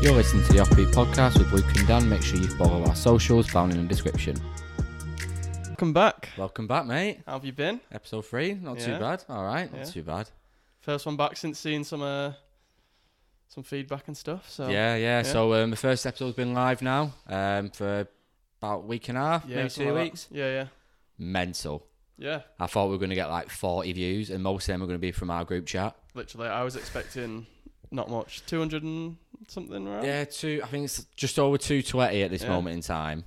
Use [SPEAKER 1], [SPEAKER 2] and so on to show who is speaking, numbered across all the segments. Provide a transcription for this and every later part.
[SPEAKER 1] You're listening to the Offbeat Podcast with Luke and Dan. Make sure you follow our socials found in the description.
[SPEAKER 2] Welcome back.
[SPEAKER 1] Welcome back, mate.
[SPEAKER 2] How have you been?
[SPEAKER 1] Episode three. Not too
[SPEAKER 2] Yeah.
[SPEAKER 1] bad. All right. Not
[SPEAKER 2] Yeah.
[SPEAKER 1] too bad.
[SPEAKER 2] First one back since seeing some uh, some feedback and stuff. So
[SPEAKER 1] Yeah, yeah.
[SPEAKER 2] yeah.
[SPEAKER 1] So um, the first episode's been live now um, for about a week and a half,
[SPEAKER 2] Yeah,
[SPEAKER 1] maybe
[SPEAKER 2] something
[SPEAKER 1] two
[SPEAKER 2] like that.
[SPEAKER 1] weeks.
[SPEAKER 2] Yeah, yeah,
[SPEAKER 1] Mental.
[SPEAKER 2] yeah.
[SPEAKER 1] I thought we were going to get like 40 views, and most of them are going to be from our group chat.
[SPEAKER 2] Literally, I was expecting not much. Two hundred and something, right?
[SPEAKER 1] Yeah, two. I think it's just over 220 at this
[SPEAKER 2] Oh. Yeah.
[SPEAKER 1] moment in time.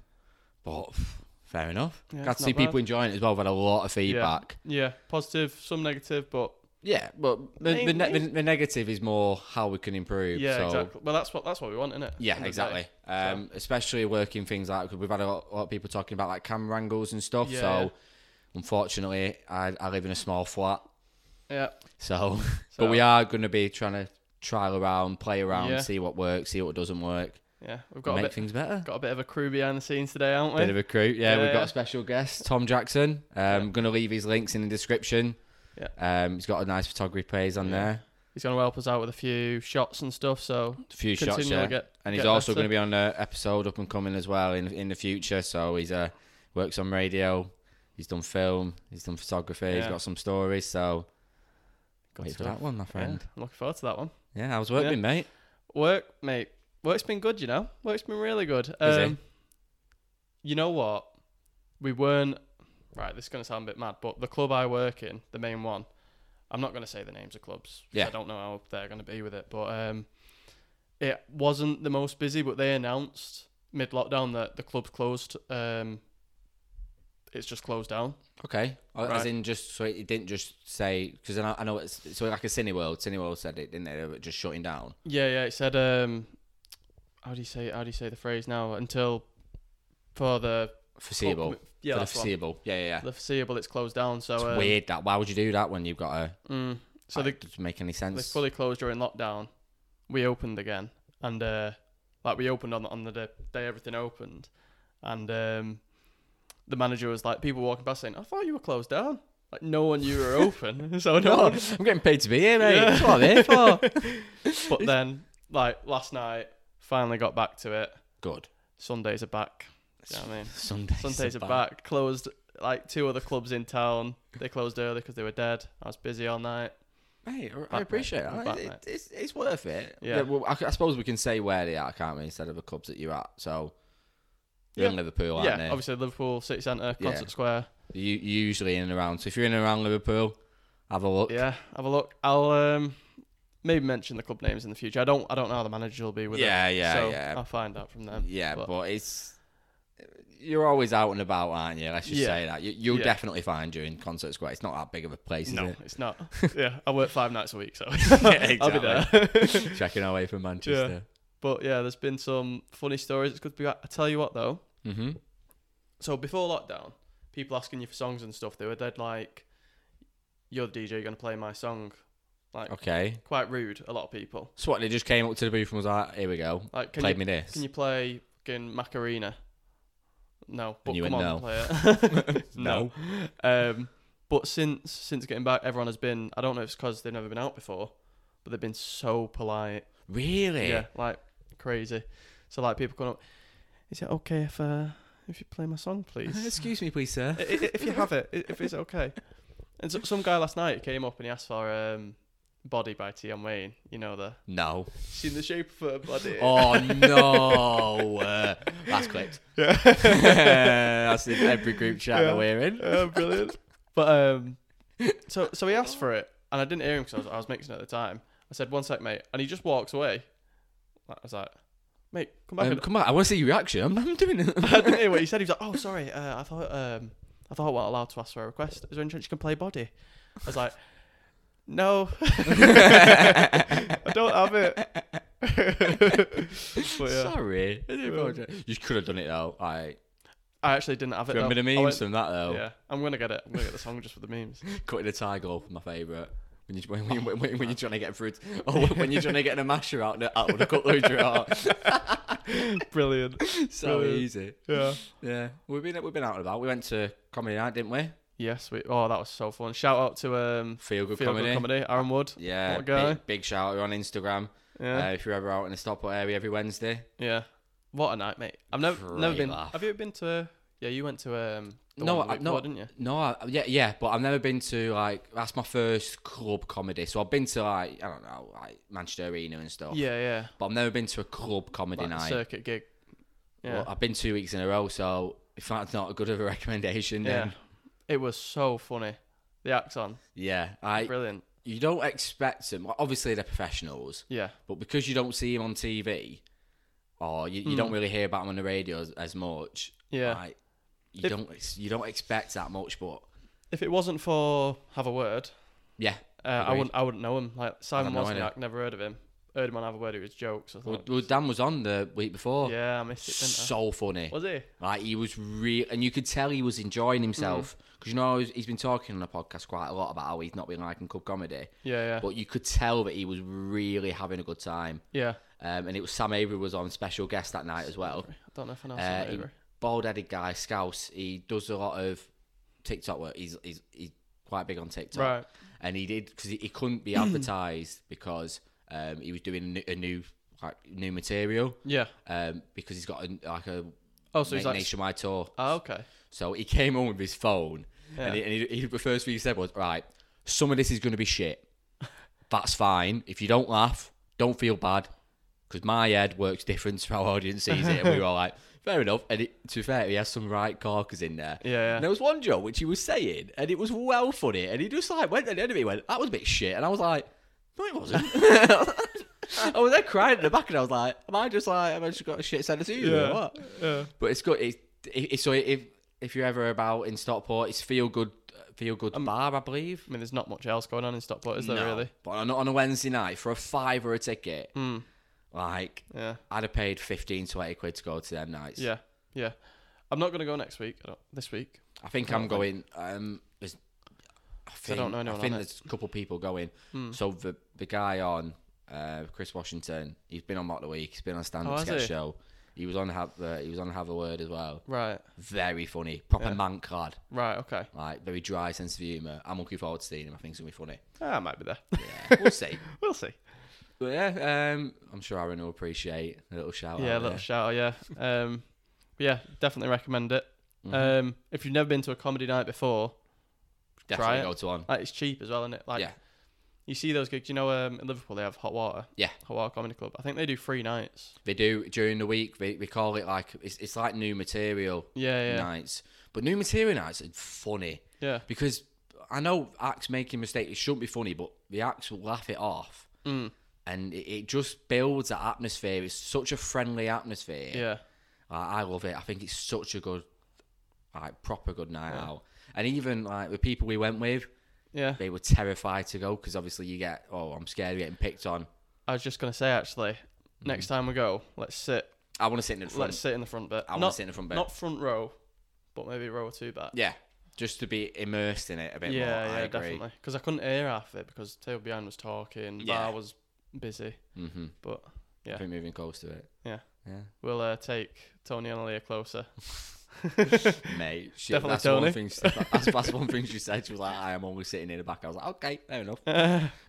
[SPEAKER 1] But pff, fair enough.
[SPEAKER 2] Yeah,
[SPEAKER 1] Glad
[SPEAKER 2] it's
[SPEAKER 1] to see
[SPEAKER 2] not bad.
[SPEAKER 1] people enjoying it as well. We've had a lot of feedback.
[SPEAKER 2] Yeah, positive, some negative, but
[SPEAKER 1] Yeah, but the, the, ne- the, the negative is more how we can improve.
[SPEAKER 2] yeah,
[SPEAKER 1] so.
[SPEAKER 2] exactly. Well, that's what that's what we want, isn't it?
[SPEAKER 1] Yeah, exactly. Um, Especially working things like we we've had a lot, a lot of people talking about like camera angles and stuff.
[SPEAKER 2] Yeah,
[SPEAKER 1] so
[SPEAKER 2] yeah.
[SPEAKER 1] unfortunately, I, I live in a small flat.
[SPEAKER 2] Yeah,
[SPEAKER 1] So, but we are going to be trying to trial around, play around,
[SPEAKER 2] Yeah.
[SPEAKER 1] see what works, see what doesn't work,
[SPEAKER 2] yeah. We've got a
[SPEAKER 1] make
[SPEAKER 2] bit
[SPEAKER 1] things better.
[SPEAKER 2] got a bit of a crew behind the scenes today, aren't we?
[SPEAKER 1] Bit of a crew. Yeah,
[SPEAKER 2] Yeah,
[SPEAKER 1] we've got
[SPEAKER 2] yeah.
[SPEAKER 1] a special guest, Tom Jackson. Um, going to leave his links in the description.
[SPEAKER 2] Yeah.
[SPEAKER 1] Um, he's got a nice photography page on
[SPEAKER 2] Yeah.
[SPEAKER 1] there.
[SPEAKER 2] He's gonna help us out with a few shots and stuff. So
[SPEAKER 1] A few shots.
[SPEAKER 2] continue
[SPEAKER 1] Yeah.
[SPEAKER 2] to get.
[SPEAKER 1] and he's also going to be on an episode up and coming as well in in the future. So he's uh, works on radio. He's done film. He's done photography. He's
[SPEAKER 2] Yeah.
[SPEAKER 1] got some stories. So
[SPEAKER 2] Good
[SPEAKER 1] wait for
[SPEAKER 2] stuff.
[SPEAKER 1] that one, my
[SPEAKER 2] Yeah,
[SPEAKER 1] friend.
[SPEAKER 2] I'm looking forward to that one.
[SPEAKER 1] Yeah, how's work
[SPEAKER 2] Yeah.
[SPEAKER 1] been, mate?
[SPEAKER 2] Work, mate. Work's been good, you know. Work's been really good. Um,
[SPEAKER 1] Busy.
[SPEAKER 2] you know what? We weren't right. This is gonna sound a bit mad, but the club I work in, the main one, I'm not gonna say the names of clubs. 'cause
[SPEAKER 1] Yeah.
[SPEAKER 2] I don't know how they're gonna be with it, but um, it wasn't the most busy. But they announced mid lockdown that the club's closed. Um, it's just closed down.
[SPEAKER 1] Okay, Uh, as
[SPEAKER 2] Right.
[SPEAKER 1] in just so it didn't just say because I, know- I know it's so like a Cineworld. Cineworld said it, didn't they? They were Just shutting down.
[SPEAKER 2] Yeah, yeah. It said, um, how do you say? How do you say the phrase now? Until for the
[SPEAKER 1] Foreseeable.
[SPEAKER 2] Club, yeah,
[SPEAKER 1] For the
[SPEAKER 2] that's one.
[SPEAKER 1] foreseeable. Yeah, yeah, yeah.
[SPEAKER 2] the foreseeable it's closed down. So
[SPEAKER 1] it's
[SPEAKER 2] um,
[SPEAKER 1] weird that. Why would you do that when you've got a?
[SPEAKER 2] Mm, so
[SPEAKER 1] So
[SPEAKER 2] they,
[SPEAKER 1] like, doesn't make any
[SPEAKER 2] they
[SPEAKER 1] sense.
[SPEAKER 2] fully closed during lockdown. We opened again, and uh, like we opened on on the day, day everything opened, and um, the manager was like, people walking past saying, "I thought you were closed down." Like no one knew you were open, so no
[SPEAKER 1] no,
[SPEAKER 2] one.
[SPEAKER 1] I'm getting paid to be here, mate.
[SPEAKER 2] Yeah.
[SPEAKER 1] That's what I'm here for.
[SPEAKER 2] But then, like last night, finally got back to it.
[SPEAKER 1] Good.
[SPEAKER 2] Sundays are back. Do you know what I mean?
[SPEAKER 1] Sundays,
[SPEAKER 2] Sundays are back. Closed like two other clubs in town. They closed early because they were dead. I was busy all night.
[SPEAKER 1] Mate, I- I
[SPEAKER 2] mate.
[SPEAKER 1] appreciate
[SPEAKER 2] We're
[SPEAKER 1] that.
[SPEAKER 2] back,
[SPEAKER 1] It-
[SPEAKER 2] mate.
[SPEAKER 1] it- it's, it's worth it.
[SPEAKER 2] Yeah.
[SPEAKER 1] well, I, c- I suppose we can say where they are, can't we, instead of the clubs that you're at. So you're in
[SPEAKER 2] Yeah.
[SPEAKER 1] Liverpool, aren't
[SPEAKER 2] yeah,
[SPEAKER 1] you?
[SPEAKER 2] obviously Liverpool City Centre,
[SPEAKER 1] Yeah.
[SPEAKER 2] Concert Square.
[SPEAKER 1] You you're usually in and around. So if you're in and around Liverpool, have a look.
[SPEAKER 2] Yeah, have a look. I'll um, maybe mention the club names in the future. I don't. I don't know how the manager will be with
[SPEAKER 1] Yeah,
[SPEAKER 2] it.
[SPEAKER 1] yeah,
[SPEAKER 2] so
[SPEAKER 1] yeah.
[SPEAKER 2] I'll find out from them.
[SPEAKER 1] Yeah, but,
[SPEAKER 2] but-
[SPEAKER 1] it's you're always out and about, aren't you? Let's just
[SPEAKER 2] Yeah.
[SPEAKER 1] say that you, you'll
[SPEAKER 2] Yeah.
[SPEAKER 1] definitely find you in Concert Square. It's not that big of a place, is
[SPEAKER 2] no,
[SPEAKER 1] it?
[SPEAKER 2] it's not. yeah, I work five nights a week, so I'll be
[SPEAKER 1] exactly.
[SPEAKER 2] there.
[SPEAKER 1] Checking away from Manchester.
[SPEAKER 2] but yeah, there's been some funny stories. It's good to be. back. I tell you what though.
[SPEAKER 1] hmm
[SPEAKER 2] So before lockdown, people asking you for songs and stuff. They were dead like, "You're the DJ. You're gonna play my song." Like
[SPEAKER 1] Okay.
[SPEAKER 2] quite rude. A lot of people.
[SPEAKER 1] So what? They just came up to the booth and was like, "Here we go,
[SPEAKER 2] Like, can
[SPEAKER 1] play
[SPEAKER 2] you
[SPEAKER 1] me this."
[SPEAKER 2] Can you play fucking Macarena? No, but
[SPEAKER 1] you
[SPEAKER 2] come
[SPEAKER 1] went
[SPEAKER 2] on, play it. no. Um, but since since getting back, everyone has been. I don't know if it's because they've never been out before, but they've been so polite.
[SPEAKER 1] Really?
[SPEAKER 2] Yeah, like crazy. So like people come up. Is it okay if uh if you play my song, please?
[SPEAKER 1] Excuse me, please, sir.
[SPEAKER 2] I- i- if you have it, i- if it's okay. And so, some guy last night came up and he asked for um, "Body" by T.M. Wayne. You know the
[SPEAKER 1] No.
[SPEAKER 2] seen the shape of her body.
[SPEAKER 1] Oh no! Uh, that's clipped. that's in every group chat
[SPEAKER 2] Yeah.
[SPEAKER 1] that we're in.
[SPEAKER 2] Oh, brilliant. But um, so so he asked for it, and I didn't hear him because I was, I was mixing at the time. I said, "One sec, mate," and he just walks away. I was like, "Mate, come back."
[SPEAKER 1] Um,
[SPEAKER 2] and
[SPEAKER 1] come on, I want to see your reaction. I'm, I'm doing it.
[SPEAKER 2] I didn't hear what he said. He was like, "Oh, sorry. Uh, I thought um, I thought I wasn't allowed to ask for a request. Is there any chance you can play body?" I was like, "No, I don't have it." but yeah,
[SPEAKER 1] Sorry. I didn't apologise. You could have done it though. I
[SPEAKER 2] I actually didn't have it.
[SPEAKER 1] remember
[SPEAKER 2] though.
[SPEAKER 1] the
[SPEAKER 2] I
[SPEAKER 1] memes
[SPEAKER 2] went-
[SPEAKER 1] from that though.
[SPEAKER 2] Yeah, I'm gonna get it. I'm gonna get the song just for the memes.
[SPEAKER 1] Cutting a tiger off, my favourite. When, you, when, when, when, when you're trying to get through, or when you're trying to get a masher out the, out of the cutlery drawer,
[SPEAKER 2] Brilliant.
[SPEAKER 1] so
[SPEAKER 2] Brilliant.
[SPEAKER 1] easy.
[SPEAKER 2] Yeah.
[SPEAKER 1] Yeah, we've been we've been out and about. We went to comedy night, didn't we?
[SPEAKER 2] Yes, we. Oh, that was so fun. Shout out to um,
[SPEAKER 1] Feel good
[SPEAKER 2] Feel
[SPEAKER 1] comedy.
[SPEAKER 2] Good Comedy, Aaron Wood.
[SPEAKER 1] Yeah,
[SPEAKER 2] What a guy.
[SPEAKER 1] Big, big shout out on Instagram.
[SPEAKER 2] Yeah.
[SPEAKER 1] Uh, if you're ever out in the Stockport area every Wednesday,
[SPEAKER 2] yeah. What a night, mate. I've never never
[SPEAKER 1] Great
[SPEAKER 2] been.
[SPEAKER 1] laugh.
[SPEAKER 2] Have you ever been to? Yeah, you went to um. The
[SPEAKER 1] No,
[SPEAKER 2] one the
[SPEAKER 1] I-
[SPEAKER 2] week
[SPEAKER 1] no.
[SPEAKER 2] before, didn't you?
[SPEAKER 1] No, I, yeah, yeah, but I've never been to like that's my first club comedy. So I've been to like I don't know, like Manchester Arena and stuff.
[SPEAKER 2] Yeah, yeah.
[SPEAKER 1] But I've never been to a club comedy
[SPEAKER 2] Like a
[SPEAKER 1] Oh, night.
[SPEAKER 2] circuit gig. Yeah.
[SPEAKER 1] Well, I've been two weeks in a row, so if that's not a good of a recommendation,
[SPEAKER 2] yeah.
[SPEAKER 1] then
[SPEAKER 2] It was so funny. The acts on.
[SPEAKER 1] yeah, I
[SPEAKER 2] Brilliant.
[SPEAKER 1] you don't expect them. well, Obviously, they're professionals,
[SPEAKER 2] Yeah.
[SPEAKER 1] but because you don't see them on TV, or you, you don't
[SPEAKER 2] Mm.
[SPEAKER 1] really hear about them on the radio as, as much,
[SPEAKER 2] Yeah.
[SPEAKER 1] like, you
[SPEAKER 2] If-
[SPEAKER 1] don't ex- you don't expect that much. But
[SPEAKER 2] If it wasn't for Have a Word,
[SPEAKER 1] yeah,
[SPEAKER 2] uh, I
[SPEAKER 1] Agreed.
[SPEAKER 2] wouldn't I wouldn't know him. Like Simon
[SPEAKER 1] no idea.
[SPEAKER 2] Wozniak, never heard of him. Heard him on Have a Word, it was jokes. I
[SPEAKER 1] well,
[SPEAKER 2] thought,
[SPEAKER 1] well, Dan was on the week before.
[SPEAKER 2] yeah, I missed it, didn't I?
[SPEAKER 1] So funny.
[SPEAKER 2] Was he?
[SPEAKER 1] Like he was real, and you could tell he was enjoying
[SPEAKER 2] Hmm.
[SPEAKER 1] himself because you know he's- he's been talking on the podcast quite a lot about how he's not been liking club comedy,
[SPEAKER 2] Yeah, yeah.
[SPEAKER 1] but you could tell that he was really having a good time.
[SPEAKER 2] yeah.
[SPEAKER 1] Um, and it was Sam Avery was on special guest that night as well.
[SPEAKER 2] I don't know if I know
[SPEAKER 1] Uh,
[SPEAKER 2] Sam
[SPEAKER 1] he-
[SPEAKER 2] Avery.
[SPEAKER 1] Bald-headed guy, Scouse. He does a lot of TikTok work. He's he's, he's quite big on TikTok,
[SPEAKER 2] Right.
[SPEAKER 1] and he did because he, he couldn't be advertised because um, he was doing a new, a new like new material
[SPEAKER 2] Yeah.
[SPEAKER 1] um, because he's got a, like a
[SPEAKER 2] Oh, so he's
[SPEAKER 1] na-
[SPEAKER 2] like.
[SPEAKER 1] nationwide tour.
[SPEAKER 2] Oh, okay.
[SPEAKER 1] So he came home with his phone, and,
[SPEAKER 2] Yeah.
[SPEAKER 1] he, and he, he, the first thing he said was, "Right, some of this is going to be shit. That's fine. If you don't laugh, don't feel bad, because my head works different to how audience sees it." And we were all like, "Fair enough." And it, to be fair, he has some right corkers in there.
[SPEAKER 2] Yeah,
[SPEAKER 1] And
[SPEAKER 2] yeah.
[SPEAKER 1] there was one joke which he was saying, and it was well funny, and he just like went at the end of it, he went, "That was a bit shit," and I was like, "No, it wasn't." I was there crying in the back, and I was like, "Am I just like, am I just got a shit sentence to you? or
[SPEAKER 2] Yeah.
[SPEAKER 1] What?"
[SPEAKER 2] Yeah.
[SPEAKER 1] But it's good. It, it, it, so if if you're ever about in Stockport, it's feel good, feel good bar, I believe.
[SPEAKER 2] I mean, there's not much else going on in Stockport, is there
[SPEAKER 1] No,
[SPEAKER 2] really?
[SPEAKER 1] But on, on a Wednesday night for a five or a ticket,
[SPEAKER 2] Mm.
[SPEAKER 1] like
[SPEAKER 2] Yeah.
[SPEAKER 1] I'd have paid 15, 20 quid to go to them nights.
[SPEAKER 2] Yeah. Yeah. I'm not going to go next week. I don't, this week.
[SPEAKER 1] I think
[SPEAKER 2] I
[SPEAKER 1] I'm
[SPEAKER 2] don't
[SPEAKER 1] going. Um, there's, I,
[SPEAKER 2] I
[SPEAKER 1] think,
[SPEAKER 2] don't know anyone
[SPEAKER 1] I
[SPEAKER 2] on
[SPEAKER 1] think
[SPEAKER 2] it.
[SPEAKER 1] there's a couple people going.
[SPEAKER 2] Mm.
[SPEAKER 1] So the the guy on uh, Chris Washington, he's been on Mock the Week. He's been on Stand
[SPEAKER 2] Oh,
[SPEAKER 1] Up
[SPEAKER 2] has
[SPEAKER 1] Sketch
[SPEAKER 2] he?
[SPEAKER 1] Show. He was on Have uh, he was on Have a Word as well.
[SPEAKER 2] Right.
[SPEAKER 1] Very funny, proper
[SPEAKER 2] Yeah.
[SPEAKER 1] man card.
[SPEAKER 2] Right. Okay.
[SPEAKER 1] Like very dry sense of humour. I'm looking forward to seeing him. I think it's gonna be funny.
[SPEAKER 2] Ah, I might be there.
[SPEAKER 1] Yeah, we'll see.
[SPEAKER 2] we'll see.
[SPEAKER 1] But yeah, um, I'm sure Aaron will appreciate a little shout
[SPEAKER 2] yeah, a
[SPEAKER 1] out.
[SPEAKER 2] little
[SPEAKER 1] there.
[SPEAKER 2] shout out, yeah. Um, but yeah, definitely recommend it.
[SPEAKER 1] Mhm.
[SPEAKER 2] Um, if you've never been to a comedy night before, try
[SPEAKER 1] Definitely
[SPEAKER 2] it.
[SPEAKER 1] go to one.
[SPEAKER 2] like it's cheap as well, isn't it? Like
[SPEAKER 1] Yeah.
[SPEAKER 2] you see those gigs, you know, um, in Liverpool they have hot water.
[SPEAKER 1] Yeah.
[SPEAKER 2] Hot water comedy club. I think they do three nights.
[SPEAKER 1] They do during the week. They, they call it like it's, it's like new material
[SPEAKER 2] Yeah, yeah.
[SPEAKER 1] nights, but new material nights are funny
[SPEAKER 2] Yeah.
[SPEAKER 1] because I know acts making mistakes. It shouldn't be funny, but the acts will laugh it off,
[SPEAKER 2] Mm,
[SPEAKER 1] and it, it just builds that atmosphere. It's such a friendly atmosphere.
[SPEAKER 2] yeah.
[SPEAKER 1] I, I love it. I think it's such a good, like proper good night
[SPEAKER 2] Yeah.
[SPEAKER 1] out. And even like the people we went with,
[SPEAKER 2] Yeah.
[SPEAKER 1] they were terrified to go because obviously you get, oh, I'm scared of getting picked on.
[SPEAKER 2] I was just gonna say actually, next
[SPEAKER 1] Mm-hmm.
[SPEAKER 2] time we go, let's sit
[SPEAKER 1] I want to sit in the front.
[SPEAKER 2] let's sit in the front bit.
[SPEAKER 1] I want
[SPEAKER 2] not
[SPEAKER 1] to sit in the front bit.
[SPEAKER 2] not front row, but maybe row or two back.
[SPEAKER 1] yeah, just to be immersed in it a bit
[SPEAKER 2] yeah,
[SPEAKER 1] more. I
[SPEAKER 2] yeah,
[SPEAKER 1] agree.
[SPEAKER 2] definitely. Because I couldn't hear half of it because the table behind was talking,
[SPEAKER 1] Yeah.
[SPEAKER 2] bar was busy.
[SPEAKER 1] Mm-hmm.
[SPEAKER 2] But Yeah.
[SPEAKER 1] I think moving close to it.
[SPEAKER 2] Yeah.
[SPEAKER 1] Yeah.
[SPEAKER 2] we'll uh, take Tony and Aaliyah closer.
[SPEAKER 1] Mate, shit,
[SPEAKER 2] Definitely
[SPEAKER 1] that's
[SPEAKER 2] Tony.
[SPEAKER 1] one thing. She, that's, that's one thing she said. She was like, "I am always sitting in the back." I was like, "Okay, fair enough."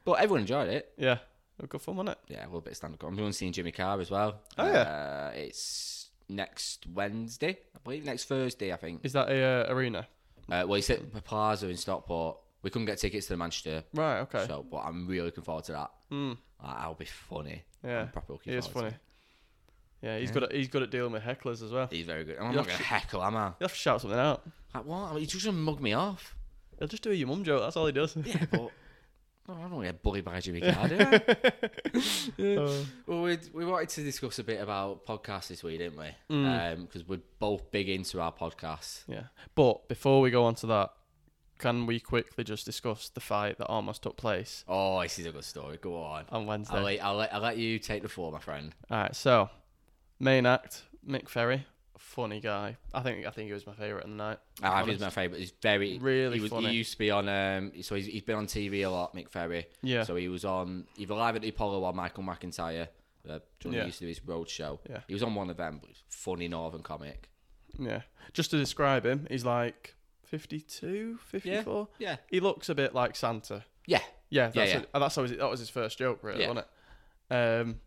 [SPEAKER 1] But everyone enjoyed it.
[SPEAKER 2] Yeah, we've got fun on it.
[SPEAKER 1] Yeah, a little bit of stand up. I'm going to see Jimmy Carr as well.
[SPEAKER 2] Oh,
[SPEAKER 1] yeah. Uh, it's next Wednesday, I believe. Next Thursday, I think.
[SPEAKER 2] Is that a uh, arena?
[SPEAKER 1] Uh, well, it's at the Plaza in Stockport. We couldn't get tickets to the Manchester,
[SPEAKER 2] Right. Okay.
[SPEAKER 1] so but I'm really looking forward to that.
[SPEAKER 2] Mm,
[SPEAKER 1] Like, that'll be funny.
[SPEAKER 2] yeah,
[SPEAKER 1] I'm proper looking
[SPEAKER 2] he is
[SPEAKER 1] forward to
[SPEAKER 2] funny.
[SPEAKER 1] it.
[SPEAKER 2] Yeah, he's
[SPEAKER 1] Yeah.
[SPEAKER 2] good. At, he's good at dealing with hecklers as well.
[SPEAKER 1] He's very good. I'm
[SPEAKER 2] You'll
[SPEAKER 1] not gonna
[SPEAKER 2] have to-
[SPEAKER 1] heckle, am I?
[SPEAKER 2] You'll have to shout something out.
[SPEAKER 1] Like what? I mean, he's just gonna mug me off.
[SPEAKER 2] He'll just do your mum joke. That's all he does.
[SPEAKER 1] Yeah, but. No, I don't get bullied by Jimmy Carr, do I?
[SPEAKER 2] Uh,
[SPEAKER 1] well, we we wanted to discuss a bit about podcasts this week, didn't we? Because
[SPEAKER 2] Mm.
[SPEAKER 1] we're both big into our podcasts.
[SPEAKER 2] yeah. But before we go on to that, can we quickly just discuss the fight that almost took place
[SPEAKER 1] Oh, this is a good story. Go on.
[SPEAKER 2] on Wednesday?
[SPEAKER 1] I'll let, I'll, let, I'll let you take the floor, my friend.
[SPEAKER 2] All right, so main act Mick Ferry, funny guy. I think I think he was my favorite in the night. to be
[SPEAKER 1] I he's my
[SPEAKER 2] honest.
[SPEAKER 1] favourite. He's very
[SPEAKER 2] Really
[SPEAKER 1] he, was,
[SPEAKER 2] funny.
[SPEAKER 1] he used to be on. Um, so he's, he's been on TV a lot, Mick Ferry.
[SPEAKER 2] yeah,
[SPEAKER 1] So he was on either live at the Apollo or Michael McIntyre. Uh, during
[SPEAKER 2] Yeah.
[SPEAKER 1] he used to do his road show.
[SPEAKER 2] Yeah.
[SPEAKER 1] He was on one of them, but he's a funny northern comic.
[SPEAKER 2] yeah. Just to describe him, he's like 52, 54.
[SPEAKER 1] Yeah,
[SPEAKER 2] He looks a bit like Santa.
[SPEAKER 1] Yeah.
[SPEAKER 2] Yeah,
[SPEAKER 1] Yeah,
[SPEAKER 2] that's
[SPEAKER 1] yeah.
[SPEAKER 2] It. and that's always that was his first joke, really,
[SPEAKER 1] Yeah.
[SPEAKER 2] wasn't it? Um,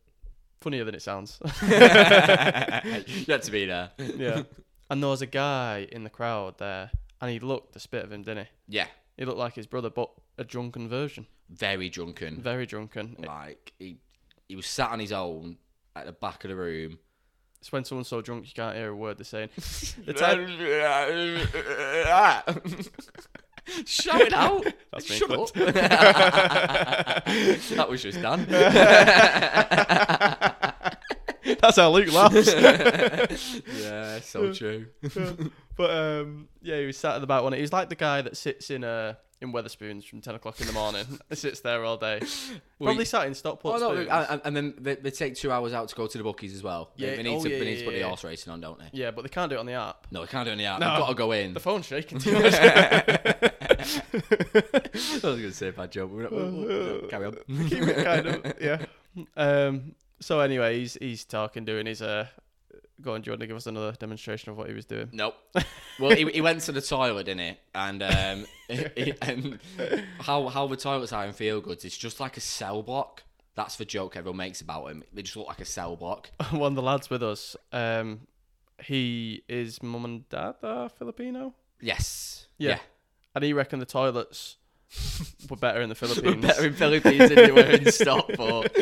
[SPEAKER 2] Funnier than it sounds.
[SPEAKER 1] you had to be there.
[SPEAKER 2] yeah. And there was a guy in the crowd there, and he looked the spit of him, didn't he?
[SPEAKER 1] Yeah,
[SPEAKER 2] He looked like his brother, but a drunken version.
[SPEAKER 1] very drunken.
[SPEAKER 2] Very
[SPEAKER 1] Hmm.
[SPEAKER 2] drunken.
[SPEAKER 1] Like he he was sat on his own at the back of the room.
[SPEAKER 2] It's when someone's so drunk you can't hear a word they're saying. The type-
[SPEAKER 1] Shout it out.
[SPEAKER 2] That's me.
[SPEAKER 1] Shut up. that was just done.
[SPEAKER 2] That's how Luke laughs.
[SPEAKER 1] yeah, so true.
[SPEAKER 2] but um, yeah, he was sat at the back one. He was like the guy that sits in uh, in Weatherspoons from ten o'clock in the morning. sits there all day.
[SPEAKER 1] Well,
[SPEAKER 2] Probably sat in Stockport.
[SPEAKER 1] Oh, no, and,
[SPEAKER 2] Spoons.
[SPEAKER 1] and- and then they, they take two hours out to go to the bookies as well. They-
[SPEAKER 2] Yeah,
[SPEAKER 1] they, need
[SPEAKER 2] oh,
[SPEAKER 1] to,
[SPEAKER 2] yeah,
[SPEAKER 1] they need to
[SPEAKER 2] yeah,
[SPEAKER 1] put the
[SPEAKER 2] yeah.
[SPEAKER 1] horse racing on, don't they?
[SPEAKER 2] yeah, but they can't do it on the app.
[SPEAKER 1] No, they can't do it in the app.
[SPEAKER 2] No.
[SPEAKER 1] They've got to go in.
[SPEAKER 2] The phone's shaking too much.
[SPEAKER 1] I was going to say a bad joke. but we're not- we'll- we'll- we'll- Carry on.
[SPEAKER 2] keep it kind of yeah. Um. So anyway, he's he's talking, doing his uh. Go on, do you want to give us another demonstration of what he was doing?
[SPEAKER 1] Nope. Well, he, he went to the toilet, didn't he? And um, he- and how how the toilets are in Feel Goods, it's just like a cell block. That's the joke everyone makes about him. They just look like a cell block.
[SPEAKER 2] One of the lads with us. Um, he his mum and dad are Filipino,
[SPEAKER 1] Yes.
[SPEAKER 2] Yeah. and he reckoned the toilets were better in the
[SPEAKER 1] We're
[SPEAKER 2] Philippines.
[SPEAKER 1] better in Philippines than they were in Stockport.